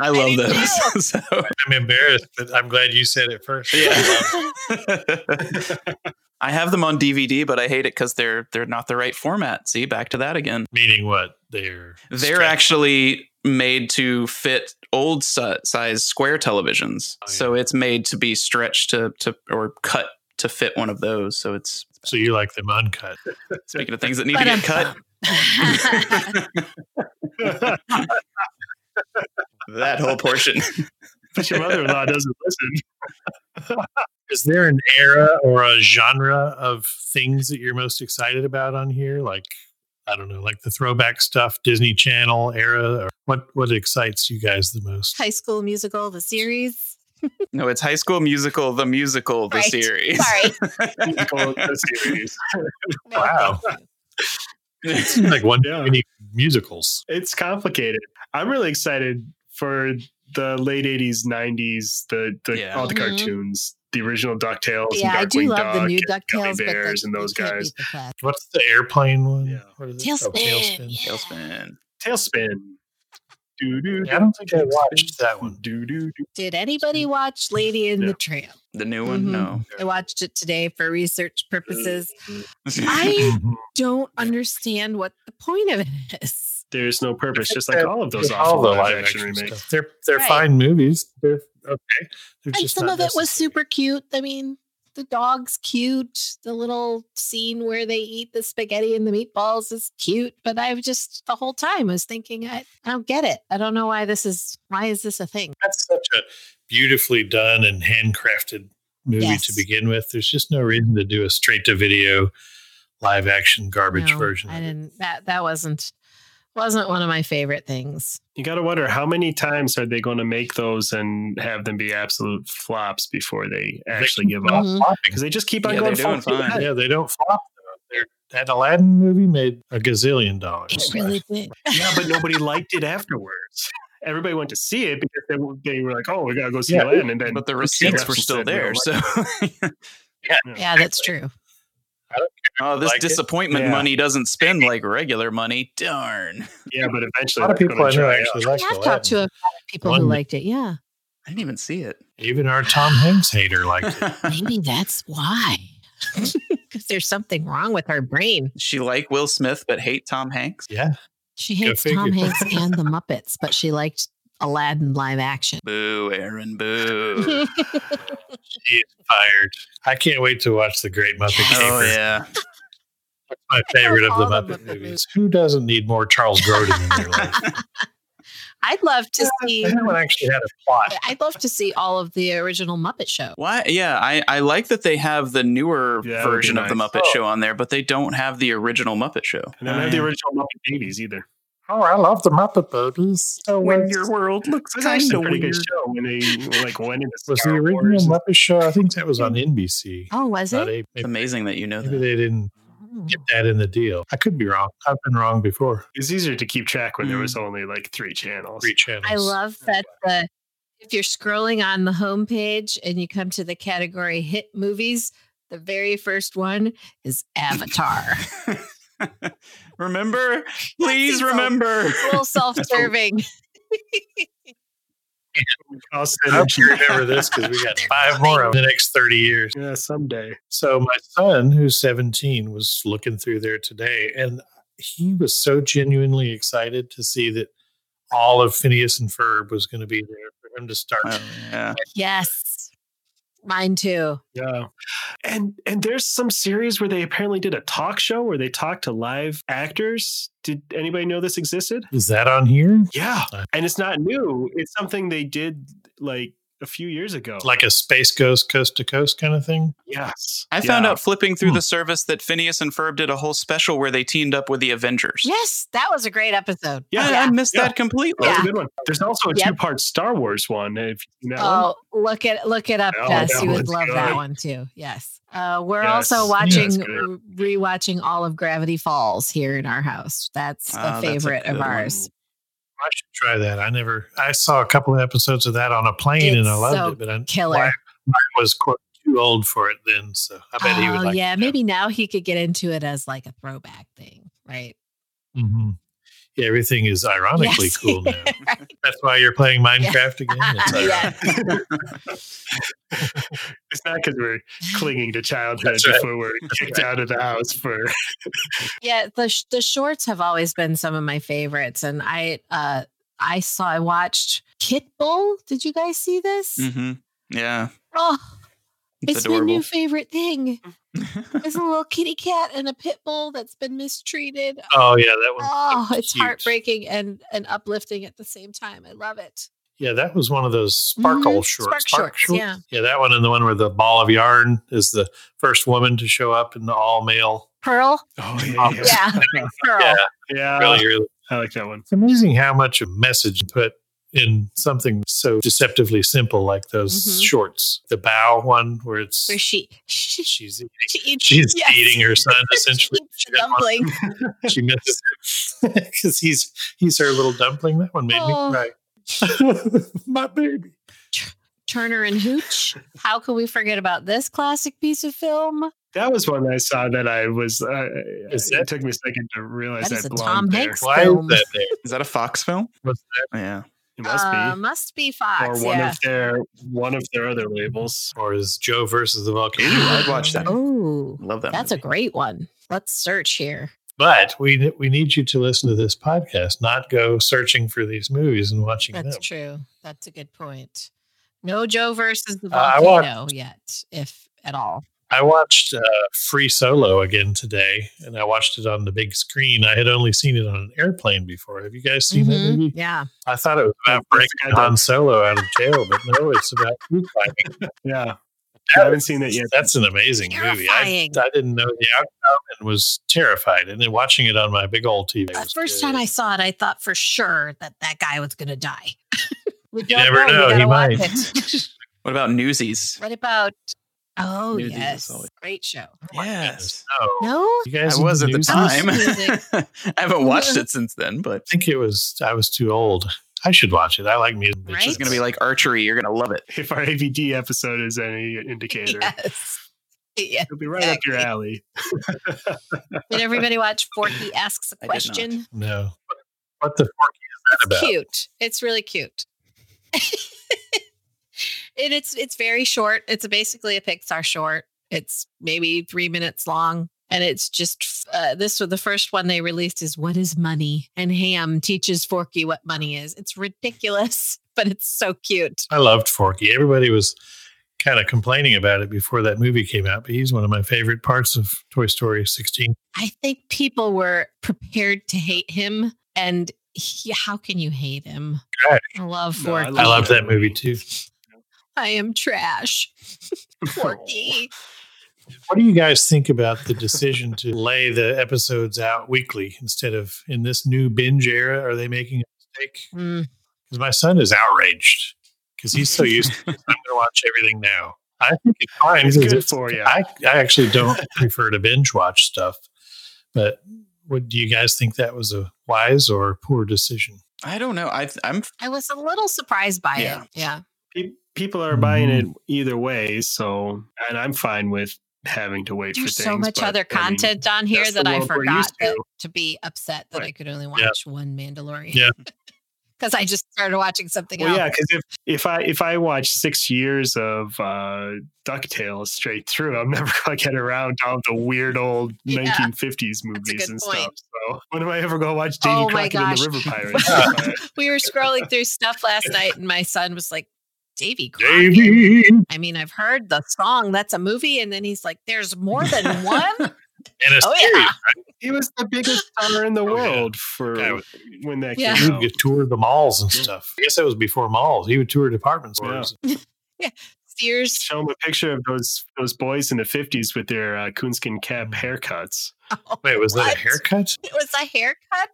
[SPEAKER 3] I love
[SPEAKER 5] do
[SPEAKER 3] those. so,
[SPEAKER 4] I'm embarrassed, but I'm glad you said it first.
[SPEAKER 3] yeah. I have them on DVD, but I hate it because they're they're not the right format. See, back to that again.
[SPEAKER 4] Meaning what? They're
[SPEAKER 3] They're actually made to fit old si- size square televisions,
[SPEAKER 4] Oh, yeah.
[SPEAKER 3] so it's made to be stretched to to or cut to fit one of those. So it's
[SPEAKER 4] so you like them uncut.
[SPEAKER 3] speaking of things that need to get cut. that whole portion.
[SPEAKER 6] But your mother-in-law doesn't listen.
[SPEAKER 4] Is there an era or a genre of things that you're most excited about on here? Like I don't know, like the throwback stuff, Disney Channel era, or what what excites you guys the most?
[SPEAKER 5] High School Musical the series.
[SPEAKER 3] No, it's High School Musical, the musical, the
[SPEAKER 5] Right.
[SPEAKER 3] series.
[SPEAKER 5] Sorry.
[SPEAKER 6] Musical, the series.
[SPEAKER 4] Wow. It seems like one
[SPEAKER 6] Yeah.
[SPEAKER 4] too many musicals.
[SPEAKER 6] It's complicated. I'm really excited for the late '80s, '90s, the, the
[SPEAKER 3] Yeah.
[SPEAKER 6] all the
[SPEAKER 5] Mhm.
[SPEAKER 6] cartoons, the original Ducktales.
[SPEAKER 5] Yeah,
[SPEAKER 6] and
[SPEAKER 5] I do
[SPEAKER 6] Darkwing
[SPEAKER 5] love the
[SPEAKER 6] Duck
[SPEAKER 5] new
[SPEAKER 6] and Gummy
[SPEAKER 5] DuckTales, but
[SPEAKER 6] Bears
[SPEAKER 5] the,
[SPEAKER 6] and those guys.
[SPEAKER 4] What's the airplane one?
[SPEAKER 6] Yeah.
[SPEAKER 4] What is it?
[SPEAKER 5] Tailspin, yeah.
[SPEAKER 3] Tailspin.
[SPEAKER 6] Tailspin. Doo doo.
[SPEAKER 4] Yeah, I don't think I watched that one.
[SPEAKER 6] Doo doo.
[SPEAKER 5] Did anybody watch Lady in
[SPEAKER 6] Yeah.
[SPEAKER 5] the Tramp?
[SPEAKER 3] The new one?
[SPEAKER 5] Mhm.
[SPEAKER 3] No.
[SPEAKER 5] I watched it today for research purposes. I
[SPEAKER 4] Mhm.
[SPEAKER 5] don't understand what the point of it is.
[SPEAKER 6] There's no purpose, just
[SPEAKER 4] Yeah,
[SPEAKER 6] like all of those
[SPEAKER 4] all
[SPEAKER 6] awful
[SPEAKER 4] the
[SPEAKER 6] live action
[SPEAKER 4] action
[SPEAKER 6] remakes.
[SPEAKER 4] stuff. They're they're
[SPEAKER 5] Right.
[SPEAKER 4] fine movies. They're okay. They're
[SPEAKER 5] And
[SPEAKER 4] just
[SPEAKER 5] some
[SPEAKER 4] not
[SPEAKER 5] of it was
[SPEAKER 4] necessary.
[SPEAKER 5] super cute. I mean, the dog's cute. The little scene where they eat the spaghetti and the meatballs is cute. But I was just the whole time was thinking, I, I don't get it. I don't know why this is. Why is this a thing?
[SPEAKER 4] That's such a beautifully done and handcrafted movie
[SPEAKER 5] Yes.
[SPEAKER 4] to begin with. There's just no reason to do a straight to video live action garbage
[SPEAKER 5] No,
[SPEAKER 4] version.
[SPEAKER 5] I
[SPEAKER 4] of it.
[SPEAKER 5] didn't. That that wasn't wasn't one of my favorite things.
[SPEAKER 6] You got to wonder how many times are they going to make those and have them be absolute flops before they actually
[SPEAKER 4] keep
[SPEAKER 6] give
[SPEAKER 4] not
[SPEAKER 6] up?
[SPEAKER 5] Mhm.
[SPEAKER 6] Because
[SPEAKER 4] flopping.
[SPEAKER 6] they just keep on
[SPEAKER 3] Yeah,
[SPEAKER 6] going
[SPEAKER 3] they're doing
[SPEAKER 6] full speed
[SPEAKER 3] fine.
[SPEAKER 6] ahead.
[SPEAKER 4] Yeah, they don't flop. though. They're- That Aladdin movie made a gazillion dollars.
[SPEAKER 5] It really did.
[SPEAKER 6] Yeah, but nobody liked it afterwards. Everybody went to see it because they, were- they were like, "Oh, we gotta go see
[SPEAKER 4] Yeah.
[SPEAKER 6] Aladdin," and then
[SPEAKER 3] But the
[SPEAKER 6] Peter
[SPEAKER 3] receipts were
[SPEAKER 6] Jackson
[SPEAKER 3] still
[SPEAKER 6] said, "We
[SPEAKER 3] there.
[SPEAKER 6] don't
[SPEAKER 3] So
[SPEAKER 5] Yeah, that's true.
[SPEAKER 3] oh, this
[SPEAKER 4] Like it?
[SPEAKER 3] disappointment
[SPEAKER 6] Yeah.
[SPEAKER 3] money doesn't spend like regular money. Darn.
[SPEAKER 6] like it." yeah, but
[SPEAKER 4] A
[SPEAKER 6] eventually,
[SPEAKER 4] lot of
[SPEAKER 6] they're
[SPEAKER 4] people I
[SPEAKER 6] gonna
[SPEAKER 4] know
[SPEAKER 6] dry
[SPEAKER 4] actually
[SPEAKER 6] up.
[SPEAKER 4] like
[SPEAKER 5] Yeah, I've talked to a
[SPEAKER 4] Aladdin.
[SPEAKER 5] lot of people who
[SPEAKER 4] One-
[SPEAKER 5] liked it. Yeah,
[SPEAKER 3] I didn't even see it.
[SPEAKER 4] Even our Tom Hanks hater liked it.
[SPEAKER 5] maybe that's why. Because there's something wrong with our brain.
[SPEAKER 3] she like Will Smith but hate Tom Hanks.
[SPEAKER 4] Yeah.
[SPEAKER 5] She
[SPEAKER 4] Go
[SPEAKER 5] hates Tom
[SPEAKER 4] figure.
[SPEAKER 5] Hanks and the Muppets, but she liked Aladdin live action.
[SPEAKER 3] Boo, Aaron, boo. Oh,
[SPEAKER 4] He is fired. I can't wait to watch The Great Muppet
[SPEAKER 5] Yes.
[SPEAKER 3] oh
[SPEAKER 4] Caper.
[SPEAKER 3] yeah.
[SPEAKER 4] My
[SPEAKER 5] know
[SPEAKER 4] favorite of the
[SPEAKER 5] all the
[SPEAKER 4] Muppet
[SPEAKER 5] Muppet
[SPEAKER 4] movies.
[SPEAKER 5] movies.
[SPEAKER 4] Who doesn't need more Charles Grodin in their life?
[SPEAKER 5] I'd love to see.
[SPEAKER 4] That one actually had a plot.
[SPEAKER 5] I'd love to see all of the original Muppet show.
[SPEAKER 3] Why yeah, I, I like that they have the newer
[SPEAKER 6] Yeah, that would be
[SPEAKER 3] version of the
[SPEAKER 6] nice.
[SPEAKER 3] Muppet
[SPEAKER 4] Oh.
[SPEAKER 3] show on there, but they don't have the original Muppet show.
[SPEAKER 6] And I don't have the original Muppet Babies either.
[SPEAKER 4] Oh, I love the Muppet Babies. So
[SPEAKER 3] When
[SPEAKER 4] it's-
[SPEAKER 3] your world looks
[SPEAKER 6] It's actually
[SPEAKER 3] kind
[SPEAKER 6] a
[SPEAKER 3] of
[SPEAKER 6] pretty
[SPEAKER 3] weird.
[SPEAKER 6] good show when they like went into
[SPEAKER 4] was the
[SPEAKER 6] Star
[SPEAKER 4] original
[SPEAKER 6] Wars.
[SPEAKER 4] Muppet Show. I think that was on NBC.
[SPEAKER 5] Oh, was
[SPEAKER 4] Not
[SPEAKER 5] it?
[SPEAKER 4] A-
[SPEAKER 3] It's
[SPEAKER 4] maybe,
[SPEAKER 3] amazing that you know
[SPEAKER 4] maybe
[SPEAKER 3] that.
[SPEAKER 4] they didn't get that in the deal. I could be wrong. I've been wrong before.
[SPEAKER 6] It's easier to keep track when there was only like three channels.
[SPEAKER 4] Hmm. Three channels.
[SPEAKER 5] I love that the if you're scrolling on the homepage and you come to the category hit movies, the very first one is Avatar.
[SPEAKER 3] remember, please
[SPEAKER 5] so-
[SPEAKER 3] remember.
[SPEAKER 5] a little self-serving.
[SPEAKER 6] Cost
[SPEAKER 4] I hope
[SPEAKER 6] energy.
[SPEAKER 4] you remember this because we got five more over the next 30 years.
[SPEAKER 6] Yeah, someday.
[SPEAKER 4] So my son, who's 17, was looking through there today, and he was so genuinely excited to see that all of Phineas and Ferb was going to be there for him to start.
[SPEAKER 3] Oh, yeah.
[SPEAKER 5] yes. Mine too.
[SPEAKER 6] Yeah. And and there's some series where they apparently did a talk show where they talked to live actors. Did anybody know this existed?
[SPEAKER 4] Is that on here?
[SPEAKER 6] Yeah.
[SPEAKER 4] Uh,
[SPEAKER 6] And it's not new. It's something they did like a few years ago.
[SPEAKER 4] Like a space ghost coast to coast kind of thing?
[SPEAKER 6] yes.
[SPEAKER 3] I found
[SPEAKER 6] Yeah.
[SPEAKER 3] out flipping through
[SPEAKER 4] Hmm.
[SPEAKER 3] the service that Phineas and Ferb did a whole special where they teamed up with the Avengers.
[SPEAKER 5] Yes, that was a great episode.
[SPEAKER 3] I- I, missed
[SPEAKER 6] Yeah.
[SPEAKER 3] that completely.
[SPEAKER 6] That's
[SPEAKER 5] Yeah.
[SPEAKER 6] a good one. There's also a
[SPEAKER 5] Yep.
[SPEAKER 6] two-part Star Wars one. If you know. that one.
[SPEAKER 5] Oh, look it look it up,
[SPEAKER 6] Oh,
[SPEAKER 5] Jess.
[SPEAKER 6] that
[SPEAKER 5] You would
[SPEAKER 6] one's
[SPEAKER 5] love that
[SPEAKER 6] good.
[SPEAKER 5] one too. Yes. Uh, we're
[SPEAKER 6] Yes.
[SPEAKER 5] also
[SPEAKER 6] Yeah,
[SPEAKER 5] watching
[SPEAKER 6] it's good.
[SPEAKER 5] re- rewatching all of Gravity Falls here in our house. That's
[SPEAKER 3] Ah,
[SPEAKER 5] a
[SPEAKER 3] that's a
[SPEAKER 5] favorite
[SPEAKER 3] good
[SPEAKER 5] of
[SPEAKER 3] one.
[SPEAKER 5] ours.
[SPEAKER 4] I should try that. I never, I saw a couple of episodes of that on a plane and I
[SPEAKER 5] It's
[SPEAKER 4] loved
[SPEAKER 5] so
[SPEAKER 4] it, but I,
[SPEAKER 5] killer.
[SPEAKER 4] I, was quote, too old for it then. So I bet he would
[SPEAKER 5] Oh,
[SPEAKER 4] like
[SPEAKER 5] yeah,
[SPEAKER 4] that.
[SPEAKER 5] maybe now he could get into it as like a throwback thing, right?
[SPEAKER 4] Mhm. Yeah, everything is ironically
[SPEAKER 5] Yes.
[SPEAKER 4] cool now. That's why you're playing Minecraft again. It's ironic.
[SPEAKER 5] yeah.
[SPEAKER 6] It's not because we're clinging to childhood
[SPEAKER 4] That's right.
[SPEAKER 6] before we're kicked out of the house for
[SPEAKER 5] Yeah, the sh- the shorts have always been some of my favorites, and I uh I saw I watched Kit Bull. Did you guys see this?
[SPEAKER 3] hmm Yeah.
[SPEAKER 5] Oh,
[SPEAKER 3] It's,
[SPEAKER 5] it's my
[SPEAKER 3] adorable.
[SPEAKER 5] new favorite thing. It's a little kitty cat and a pit bull that's been mistreated.
[SPEAKER 4] Oh yeah, that one.
[SPEAKER 5] Oh, it's
[SPEAKER 4] cute.
[SPEAKER 5] heartbreaking and and uplifting at the same time. I love it.
[SPEAKER 4] Yeah, that was one of those sparkle
[SPEAKER 5] Mhm.
[SPEAKER 4] shorts.
[SPEAKER 5] Spark shorts, yeah.
[SPEAKER 4] yeah, that one and the one where the ball of yarn is the first woman to show up in the all male.
[SPEAKER 5] Pearl,
[SPEAKER 6] Oh
[SPEAKER 4] yeah.
[SPEAKER 5] yeah, Pearl.
[SPEAKER 4] Yeah,
[SPEAKER 5] Uh,
[SPEAKER 6] Yeah.
[SPEAKER 4] really, really.
[SPEAKER 6] I like that one.
[SPEAKER 4] It's amazing how much a message put in something so deceptively simple like those
[SPEAKER 5] Mhm.
[SPEAKER 4] shorts. The bow one where it's
[SPEAKER 5] Where she she, she,
[SPEAKER 4] she's
[SPEAKER 5] eats,
[SPEAKER 4] she's
[SPEAKER 5] yes.
[SPEAKER 4] eating her son
[SPEAKER 5] She
[SPEAKER 4] essentially.
[SPEAKER 5] eats
[SPEAKER 4] She
[SPEAKER 5] the
[SPEAKER 4] doesn't want
[SPEAKER 5] dumpling.
[SPEAKER 4] she misses him because he's he's her little dumpling. That one made
[SPEAKER 5] Oh.
[SPEAKER 4] me cry. My baby.
[SPEAKER 5] Turner and Hooch. How can we forget about this classic piece of film?
[SPEAKER 6] That was one I saw that I was. Uh,
[SPEAKER 4] Is
[SPEAKER 6] it
[SPEAKER 4] that-
[SPEAKER 6] took me a second to realize
[SPEAKER 5] That is
[SPEAKER 6] I
[SPEAKER 5] a
[SPEAKER 6] belonged
[SPEAKER 5] Tom
[SPEAKER 6] there.
[SPEAKER 5] Hanks
[SPEAKER 4] Why is
[SPEAKER 5] film.
[SPEAKER 4] that there?
[SPEAKER 3] Is that a Fox film?
[SPEAKER 4] What's that?
[SPEAKER 3] Yeah.
[SPEAKER 6] It must
[SPEAKER 5] Uh, must be
[SPEAKER 6] be,
[SPEAKER 5] Fox.
[SPEAKER 6] or one
[SPEAKER 5] yeah.
[SPEAKER 6] of their one of their other labels.
[SPEAKER 4] Or is Joe versus the volcano?
[SPEAKER 3] Ooh, I'd watch that.
[SPEAKER 5] Oh,
[SPEAKER 3] Love that.
[SPEAKER 5] that's a great one. Let's search here.
[SPEAKER 4] But we we need you to listen to this podcast, not go searching for these movies and watching
[SPEAKER 5] That's
[SPEAKER 4] them.
[SPEAKER 5] true. That's a good point. No Joe versus the
[SPEAKER 4] Uh, I Mm-hmm,
[SPEAKER 5] volcano yet, if at all.
[SPEAKER 4] I watched uh, Free Solo again today, and I watched it on the big screen. I had only seen it on an airplane before. Have you guys
[SPEAKER 3] Mm-hmm.
[SPEAKER 4] seen that
[SPEAKER 5] Mhm.
[SPEAKER 4] movie?
[SPEAKER 5] Yeah.
[SPEAKER 4] I thought it was about
[SPEAKER 6] It's the guy
[SPEAKER 4] breaking
[SPEAKER 6] that-
[SPEAKER 4] Han Solo out of jail, but no, it's about crew climbing.
[SPEAKER 6] Yeah,
[SPEAKER 4] That
[SPEAKER 6] I haven't
[SPEAKER 4] is-
[SPEAKER 6] seen that yet.
[SPEAKER 4] That's an amazing movie. I,
[SPEAKER 5] Terrifying.
[SPEAKER 4] I didn't know the outcome and was terrified. And then watching it on my big old TV.
[SPEAKER 5] The
[SPEAKER 4] was
[SPEAKER 5] first
[SPEAKER 4] good.
[SPEAKER 5] time I saw it, I thought for sure that that guy was going to die. we
[SPEAKER 4] You never know.
[SPEAKER 5] We
[SPEAKER 4] He
[SPEAKER 5] gotta watch
[SPEAKER 4] might.
[SPEAKER 5] it.
[SPEAKER 3] What about Newsies?
[SPEAKER 5] what about? Oh,
[SPEAKER 3] Knew these was
[SPEAKER 5] yes.
[SPEAKER 3] always-
[SPEAKER 5] Great show.
[SPEAKER 3] Yes.
[SPEAKER 4] Oh,
[SPEAKER 5] No?
[SPEAKER 4] You guys
[SPEAKER 3] I was at the
[SPEAKER 4] introduced us?
[SPEAKER 3] time.
[SPEAKER 5] Music.
[SPEAKER 3] I haven't watched it since then, but
[SPEAKER 4] I think it was. I was too old. I should watch it. I like music.
[SPEAKER 5] Right?
[SPEAKER 3] it's going to be like archery. You're going to love it.
[SPEAKER 6] if our AVD episode is any indicator,
[SPEAKER 5] Yes. Yeah.
[SPEAKER 6] it'll be right up your alley.
[SPEAKER 5] Did everybody watch Forky asks a
[SPEAKER 3] I did not.
[SPEAKER 5] question?
[SPEAKER 4] no. What the fuck is that about?
[SPEAKER 5] Cute. It's really cute. and it's it's very short. It's basically a Pixar short. It's maybe three minutes long. And it's just uh, this was the first one they released is what is money? And Ham teaches Forky what money is. It's ridiculous, but it's so cute.
[SPEAKER 4] I loved Forky. Everybody was kind of complaining about it before that movie came out, but he's one of my favorite parts of Toy Story 16.
[SPEAKER 5] I think people were prepared to hate him, and he, how can you hate him?
[SPEAKER 4] Right.
[SPEAKER 5] I love
[SPEAKER 6] No, I
[SPEAKER 5] Forky.
[SPEAKER 4] I love that movie too.
[SPEAKER 5] I am trash. Forky.
[SPEAKER 4] What do you guys think about the decision to lay the episodes out weekly instead of in this new binge era? Are they making a mistake?
[SPEAKER 5] Mm.
[SPEAKER 4] Because my son is outraged because he's so used to this. I'm going to watch everything now. I think it's fine.
[SPEAKER 6] It's
[SPEAKER 4] 'cause
[SPEAKER 6] good
[SPEAKER 4] it's-
[SPEAKER 6] for you.
[SPEAKER 4] I, I actually don't prefer to binge watch stuff. But what do you guys think that was a wise or poor decision?
[SPEAKER 3] I don't know. I I'm
[SPEAKER 5] I was a little surprised by
[SPEAKER 3] Yeah.
[SPEAKER 5] it. Yeah.
[SPEAKER 6] Pe- People are buying
[SPEAKER 4] Mm-hmm.
[SPEAKER 6] it either way, so and I'm fine with having to wait
[SPEAKER 5] There's
[SPEAKER 6] for things.
[SPEAKER 5] so much
[SPEAKER 6] but,
[SPEAKER 5] other
[SPEAKER 6] I mean,
[SPEAKER 5] content on here
[SPEAKER 6] that's the
[SPEAKER 5] that I
[SPEAKER 6] world we're
[SPEAKER 5] forgot
[SPEAKER 6] used
[SPEAKER 5] that-
[SPEAKER 6] to.
[SPEAKER 5] to. be upset that I could only watch one Mandalorian.
[SPEAKER 4] Yeah.
[SPEAKER 5] Because I just started watching something
[SPEAKER 6] Well,
[SPEAKER 5] else.
[SPEAKER 6] yeah, because if if I if I watch six years of uh, Ducktales straight through, I'm never gonna get around to all the weird old
[SPEAKER 5] Yeah.
[SPEAKER 6] 1950s movies
[SPEAKER 5] good
[SPEAKER 6] and
[SPEAKER 5] point.
[SPEAKER 6] stuff. So when am I ever gonna watch Davy
[SPEAKER 5] Oh my
[SPEAKER 6] Crockett and the
[SPEAKER 5] gosh.
[SPEAKER 6] River Pirates?
[SPEAKER 5] we were scrolling through stuff last night, and my son was like, "Davy Crockett."
[SPEAKER 4] Davey,
[SPEAKER 5] I mean, I've heard the song. That's a movie, and then he's like, "There's more than one."
[SPEAKER 4] and a
[SPEAKER 5] Oh,
[SPEAKER 4] series,
[SPEAKER 5] yeah.
[SPEAKER 6] he was the biggest star in the
[SPEAKER 4] Oh, yeah.
[SPEAKER 6] world for
[SPEAKER 4] Guy was-
[SPEAKER 6] when that
[SPEAKER 5] Yeah.
[SPEAKER 6] came
[SPEAKER 4] He'd
[SPEAKER 6] out.
[SPEAKER 4] get tour the malls and stuff. I guess that was before malls. He would tour department stores.
[SPEAKER 5] Sears.
[SPEAKER 6] Show him a picture of those those boys in the 50s with their uh, coonskin cap
[SPEAKER 3] Mm.
[SPEAKER 6] haircuts.
[SPEAKER 4] Wait, was that
[SPEAKER 5] What?
[SPEAKER 4] a haircut?
[SPEAKER 5] It was a haircut.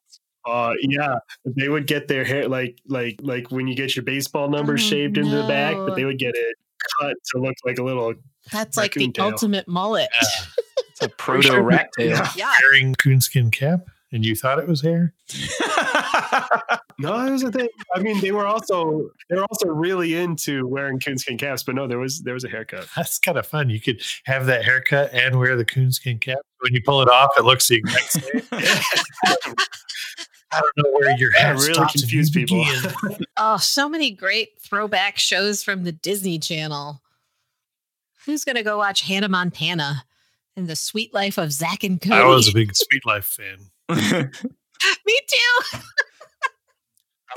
[SPEAKER 6] Uh, yeah, they would get their hair like like like when you get your baseball number
[SPEAKER 5] Oh,
[SPEAKER 6] shaved into the back,
[SPEAKER 5] no.
[SPEAKER 6] but they would get it cut to look like a little
[SPEAKER 5] That's like the
[SPEAKER 6] Raccoon tail.
[SPEAKER 5] ultimate mullet.
[SPEAKER 4] Yeah.
[SPEAKER 3] it's a proto rat tail.
[SPEAKER 6] Yeah.
[SPEAKER 5] Yeah.
[SPEAKER 4] Wearing coonskin cap, and you thought it was hair?
[SPEAKER 6] No, it was a thing. I mean, they were also they were also really into wearing coonskin caps, but no, there was there was a haircut.
[SPEAKER 4] That's kind of fun. You could have that haircut and wear the coonskin cap. When you pull it off, it looks the exact same. I don't know where your
[SPEAKER 6] That
[SPEAKER 4] hat
[SPEAKER 6] really
[SPEAKER 4] stops and
[SPEAKER 6] confused
[SPEAKER 4] you
[SPEAKER 6] people.
[SPEAKER 4] begin.
[SPEAKER 5] Oh, so many great throwback shows from the Disney Channel. Who's gonna go watch Hannah Montana and the Sweet Life of Zach and Cody?
[SPEAKER 4] I was a big Sweet Life fan.
[SPEAKER 5] Me too.
[SPEAKER 4] I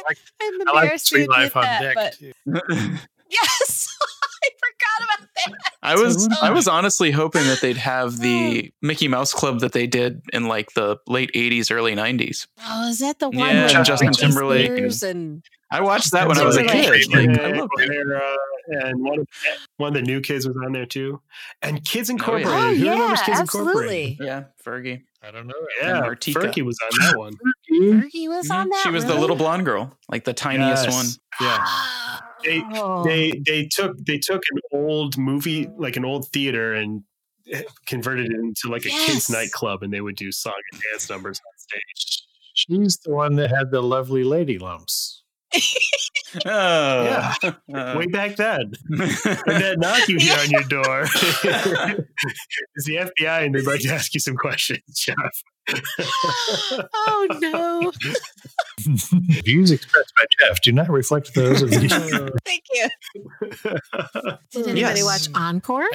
[SPEAKER 4] like
[SPEAKER 5] I'm
[SPEAKER 4] I like
[SPEAKER 5] embarrassed
[SPEAKER 4] Sweet
[SPEAKER 5] to admit
[SPEAKER 4] Life on
[SPEAKER 5] that,
[SPEAKER 4] deck.
[SPEAKER 5] but
[SPEAKER 4] too.
[SPEAKER 5] yes, I forgot about that.
[SPEAKER 3] I was
[SPEAKER 5] Totally.
[SPEAKER 3] I was honestly hoping that they'd have the Mickey Mouse Club that they did in like the late 80s, early 90s.
[SPEAKER 5] Oh, is that the one?
[SPEAKER 3] Yeah,
[SPEAKER 5] with
[SPEAKER 4] and Justin
[SPEAKER 5] Britney
[SPEAKER 3] Timberlake and-
[SPEAKER 5] Spears and
[SPEAKER 3] I watched that when I was a
[SPEAKER 5] Timberlake.
[SPEAKER 3] kid. Like, I loved it.
[SPEAKER 6] Their, uh, and one of, one of the new kids was on there too, and Kids Incorporated.
[SPEAKER 3] Oh,
[SPEAKER 6] Who remembers Kids Incorporated?
[SPEAKER 5] absolutely.
[SPEAKER 3] Yeah, Fergie.
[SPEAKER 4] I don't know.
[SPEAKER 6] Yeah,
[SPEAKER 3] And Martika.
[SPEAKER 6] Fergie was on that one.
[SPEAKER 5] Fergie was on
[SPEAKER 3] Mhm.
[SPEAKER 5] that.
[SPEAKER 3] she was the
[SPEAKER 5] really?
[SPEAKER 3] little blonde girl, like the tiniest
[SPEAKER 6] Yes.
[SPEAKER 3] one.
[SPEAKER 6] Yeah. They-
[SPEAKER 5] Oh.
[SPEAKER 6] they they took they took an old movie like an old theater and eh, converted it into like a
[SPEAKER 5] Yes.
[SPEAKER 6] kids nightclub and they would do song and dance numbers on stage
[SPEAKER 4] She's the one that had the lovely lady lumps.
[SPEAKER 3] Oh. Uh,
[SPEAKER 6] way back then when that knock you hear on your door is the fbi and they'd like to ask you some questions Jeff.
[SPEAKER 5] oh no!
[SPEAKER 4] Views expressed by Jeff do not reflect those of the.
[SPEAKER 5] Thank you. Did anybody
[SPEAKER 3] Yes.
[SPEAKER 5] watch Encore?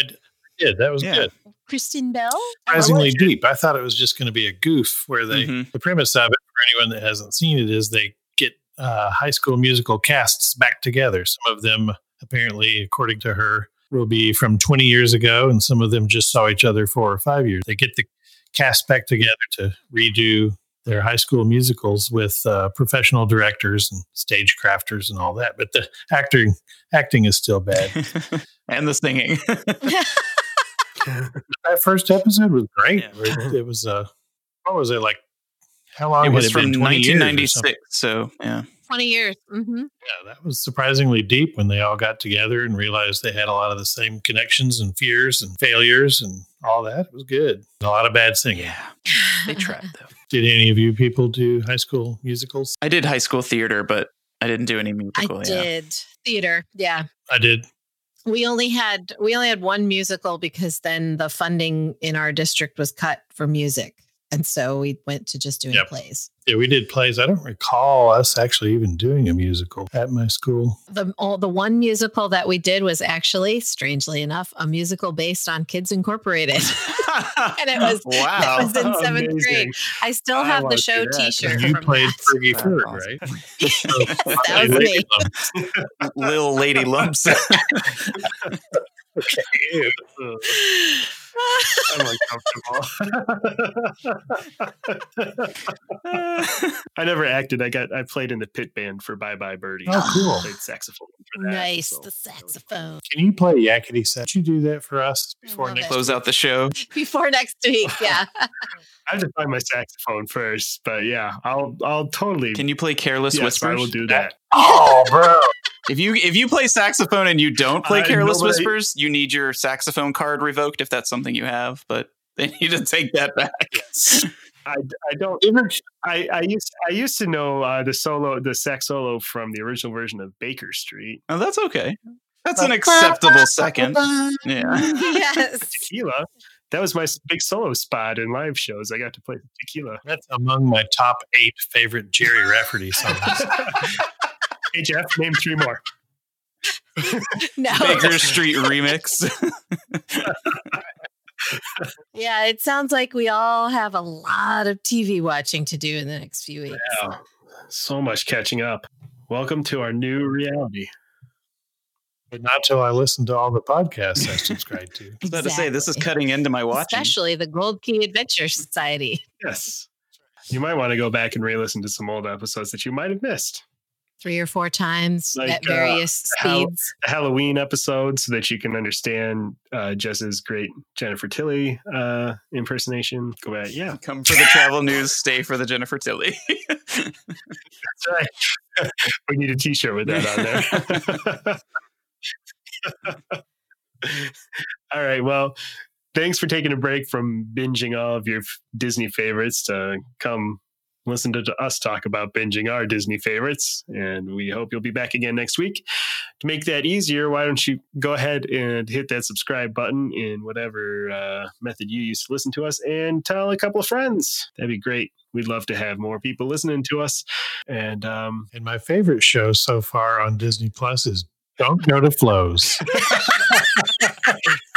[SPEAKER 4] yeah, that was
[SPEAKER 3] Yeah.
[SPEAKER 4] good.
[SPEAKER 5] Kristen Bell.
[SPEAKER 4] Surprisingly deep. I thought it was just going to be a goof where they.
[SPEAKER 3] Mhm.
[SPEAKER 4] The premise of it, for anyone that hasn't seen it, is they get uh, high school musical casts back together. Some of them, apparently, according to her, will be from 20 years ago, and some of them just saw each other four or five years. They get the cast back together to redo their high school musicals with uh, professional directors and stagecrafters and all that. But the acting acting is still bad.
[SPEAKER 3] Mm-hmm. and the singing.
[SPEAKER 4] that first episode was great.
[SPEAKER 3] Yeah.
[SPEAKER 4] It was uh, what was it like? How long
[SPEAKER 3] it
[SPEAKER 4] had
[SPEAKER 3] was
[SPEAKER 4] been?
[SPEAKER 3] from
[SPEAKER 4] 20 years or something?
[SPEAKER 3] 1996, so yeah.
[SPEAKER 5] Twenty years. hmm
[SPEAKER 4] Yeah, that was surprisingly deep when they all got together and realized they had a lot of the same connections and fears and failures and all that. It was good. A lot of bad singing.
[SPEAKER 3] Yeah. They tried though.
[SPEAKER 4] Did any of you people do high school musicals?
[SPEAKER 3] I did high school theater, but I didn't do any
[SPEAKER 5] I
[SPEAKER 3] musical. yeah.
[SPEAKER 5] did theater. Yeah.
[SPEAKER 4] I did.
[SPEAKER 5] we only had we only had one musical because then the funding in our district was cut for music and so we went to just doing
[SPEAKER 4] Yep.
[SPEAKER 5] plays
[SPEAKER 4] Yeah, we did plays. I don't recall us actually even doing a musical at my school.
[SPEAKER 5] the all, the one musical that we did was actually strangely enough a musical based on kids incorporated And it was-
[SPEAKER 3] wow.
[SPEAKER 5] was in seventh
[SPEAKER 6] Amazing.
[SPEAKER 5] grade. i still
[SPEAKER 6] I
[SPEAKER 5] have the
[SPEAKER 6] wanna
[SPEAKER 5] show
[SPEAKER 6] do that.
[SPEAKER 5] t-shirt
[SPEAKER 4] You
[SPEAKER 5] from
[SPEAKER 4] played
[SPEAKER 5] that.
[SPEAKER 4] Fergie
[SPEAKER 3] That's
[SPEAKER 4] Ford,
[SPEAKER 3] awesome.
[SPEAKER 4] right?
[SPEAKER 5] that was me
[SPEAKER 3] Little lady lumps.
[SPEAKER 4] Ew. I'm
[SPEAKER 6] "Oh,
[SPEAKER 4] uncomfortable.
[SPEAKER 6] I never acted. I got I played in the pit band for Bye Bye Birdie.
[SPEAKER 4] oh, cool.
[SPEAKER 6] Played saxophone. For that,
[SPEAKER 5] nice.
[SPEAKER 6] so-
[SPEAKER 5] The saxophone.
[SPEAKER 4] Can you play Yakety Sax? Could you do that for us before
[SPEAKER 5] love
[SPEAKER 4] next?
[SPEAKER 5] it.
[SPEAKER 3] Close out the show.
[SPEAKER 5] Before next week. Yeah.
[SPEAKER 6] I have to find my saxophone first, but yeah, I'll I'll totally.
[SPEAKER 3] Can you play Careless
[SPEAKER 6] yes,
[SPEAKER 3] Whispers?
[SPEAKER 6] I will do that.
[SPEAKER 4] Oh, bro!
[SPEAKER 3] If you if you play saxophone and you don't play
[SPEAKER 6] Uh,
[SPEAKER 3] Careless
[SPEAKER 6] nobody-
[SPEAKER 3] Whispers, you need your saxophone card revoked if that's something you have. But they need to take that back.
[SPEAKER 6] I, I don't even. I, I used I used to know uh, the solo the sax solo from the original version of Baker Street
[SPEAKER 3] Oh, that's okay. That's an acceptable second. Yeah.
[SPEAKER 5] yes.
[SPEAKER 6] Tequila. That was my s- big solo spot in live shows. I got to play Tequila.
[SPEAKER 4] That's among my top eight favorite Jerry Rafferty songs.
[SPEAKER 6] Hey Jeff, name three more.
[SPEAKER 5] No.
[SPEAKER 3] Baker Street remix.
[SPEAKER 5] Yeah. It sounds like we all have a lot of TV watching to do in the next few weeks.
[SPEAKER 6] Wow, so much catching up. Welcome to our new reality.
[SPEAKER 4] but not till I listen to all the podcasts I subscribe to.
[SPEAKER 3] I was about to say this is
[SPEAKER 5] Exactly.
[SPEAKER 3] cutting into my watching.
[SPEAKER 5] Especially the Gold Key Adventure Society.
[SPEAKER 6] Yes. You might want to go back and re-listen to some old episodes that you might have missed.
[SPEAKER 5] Three or four times
[SPEAKER 6] Like,
[SPEAKER 5] at
[SPEAKER 6] uh,
[SPEAKER 5] various
[SPEAKER 6] how-
[SPEAKER 5] speeds.
[SPEAKER 6] The Halloween episode so that you can understand uh, Jess's great Jennifer Tilly uh, impersonation. Go back. Yeah.
[SPEAKER 3] Come for the travel news, stay for the Jennifer Tilly.
[SPEAKER 6] That's right. we need a t-shirt with that on there. all right. Well, thanks for taking a break from binging all of your f- Disney favorites to come listen to, to us talk about binging our Disney favorites. And we hope you'll be back again next week. To make that easier, why don't you go ahead and hit that subscribe button in whatever uh, method you use to listen to us and tell a couple of friends. That'd be great. We'd love to have more people listening to us. And um,
[SPEAKER 4] And my favorite show so far on Disney Plus is Don't Go to Flows.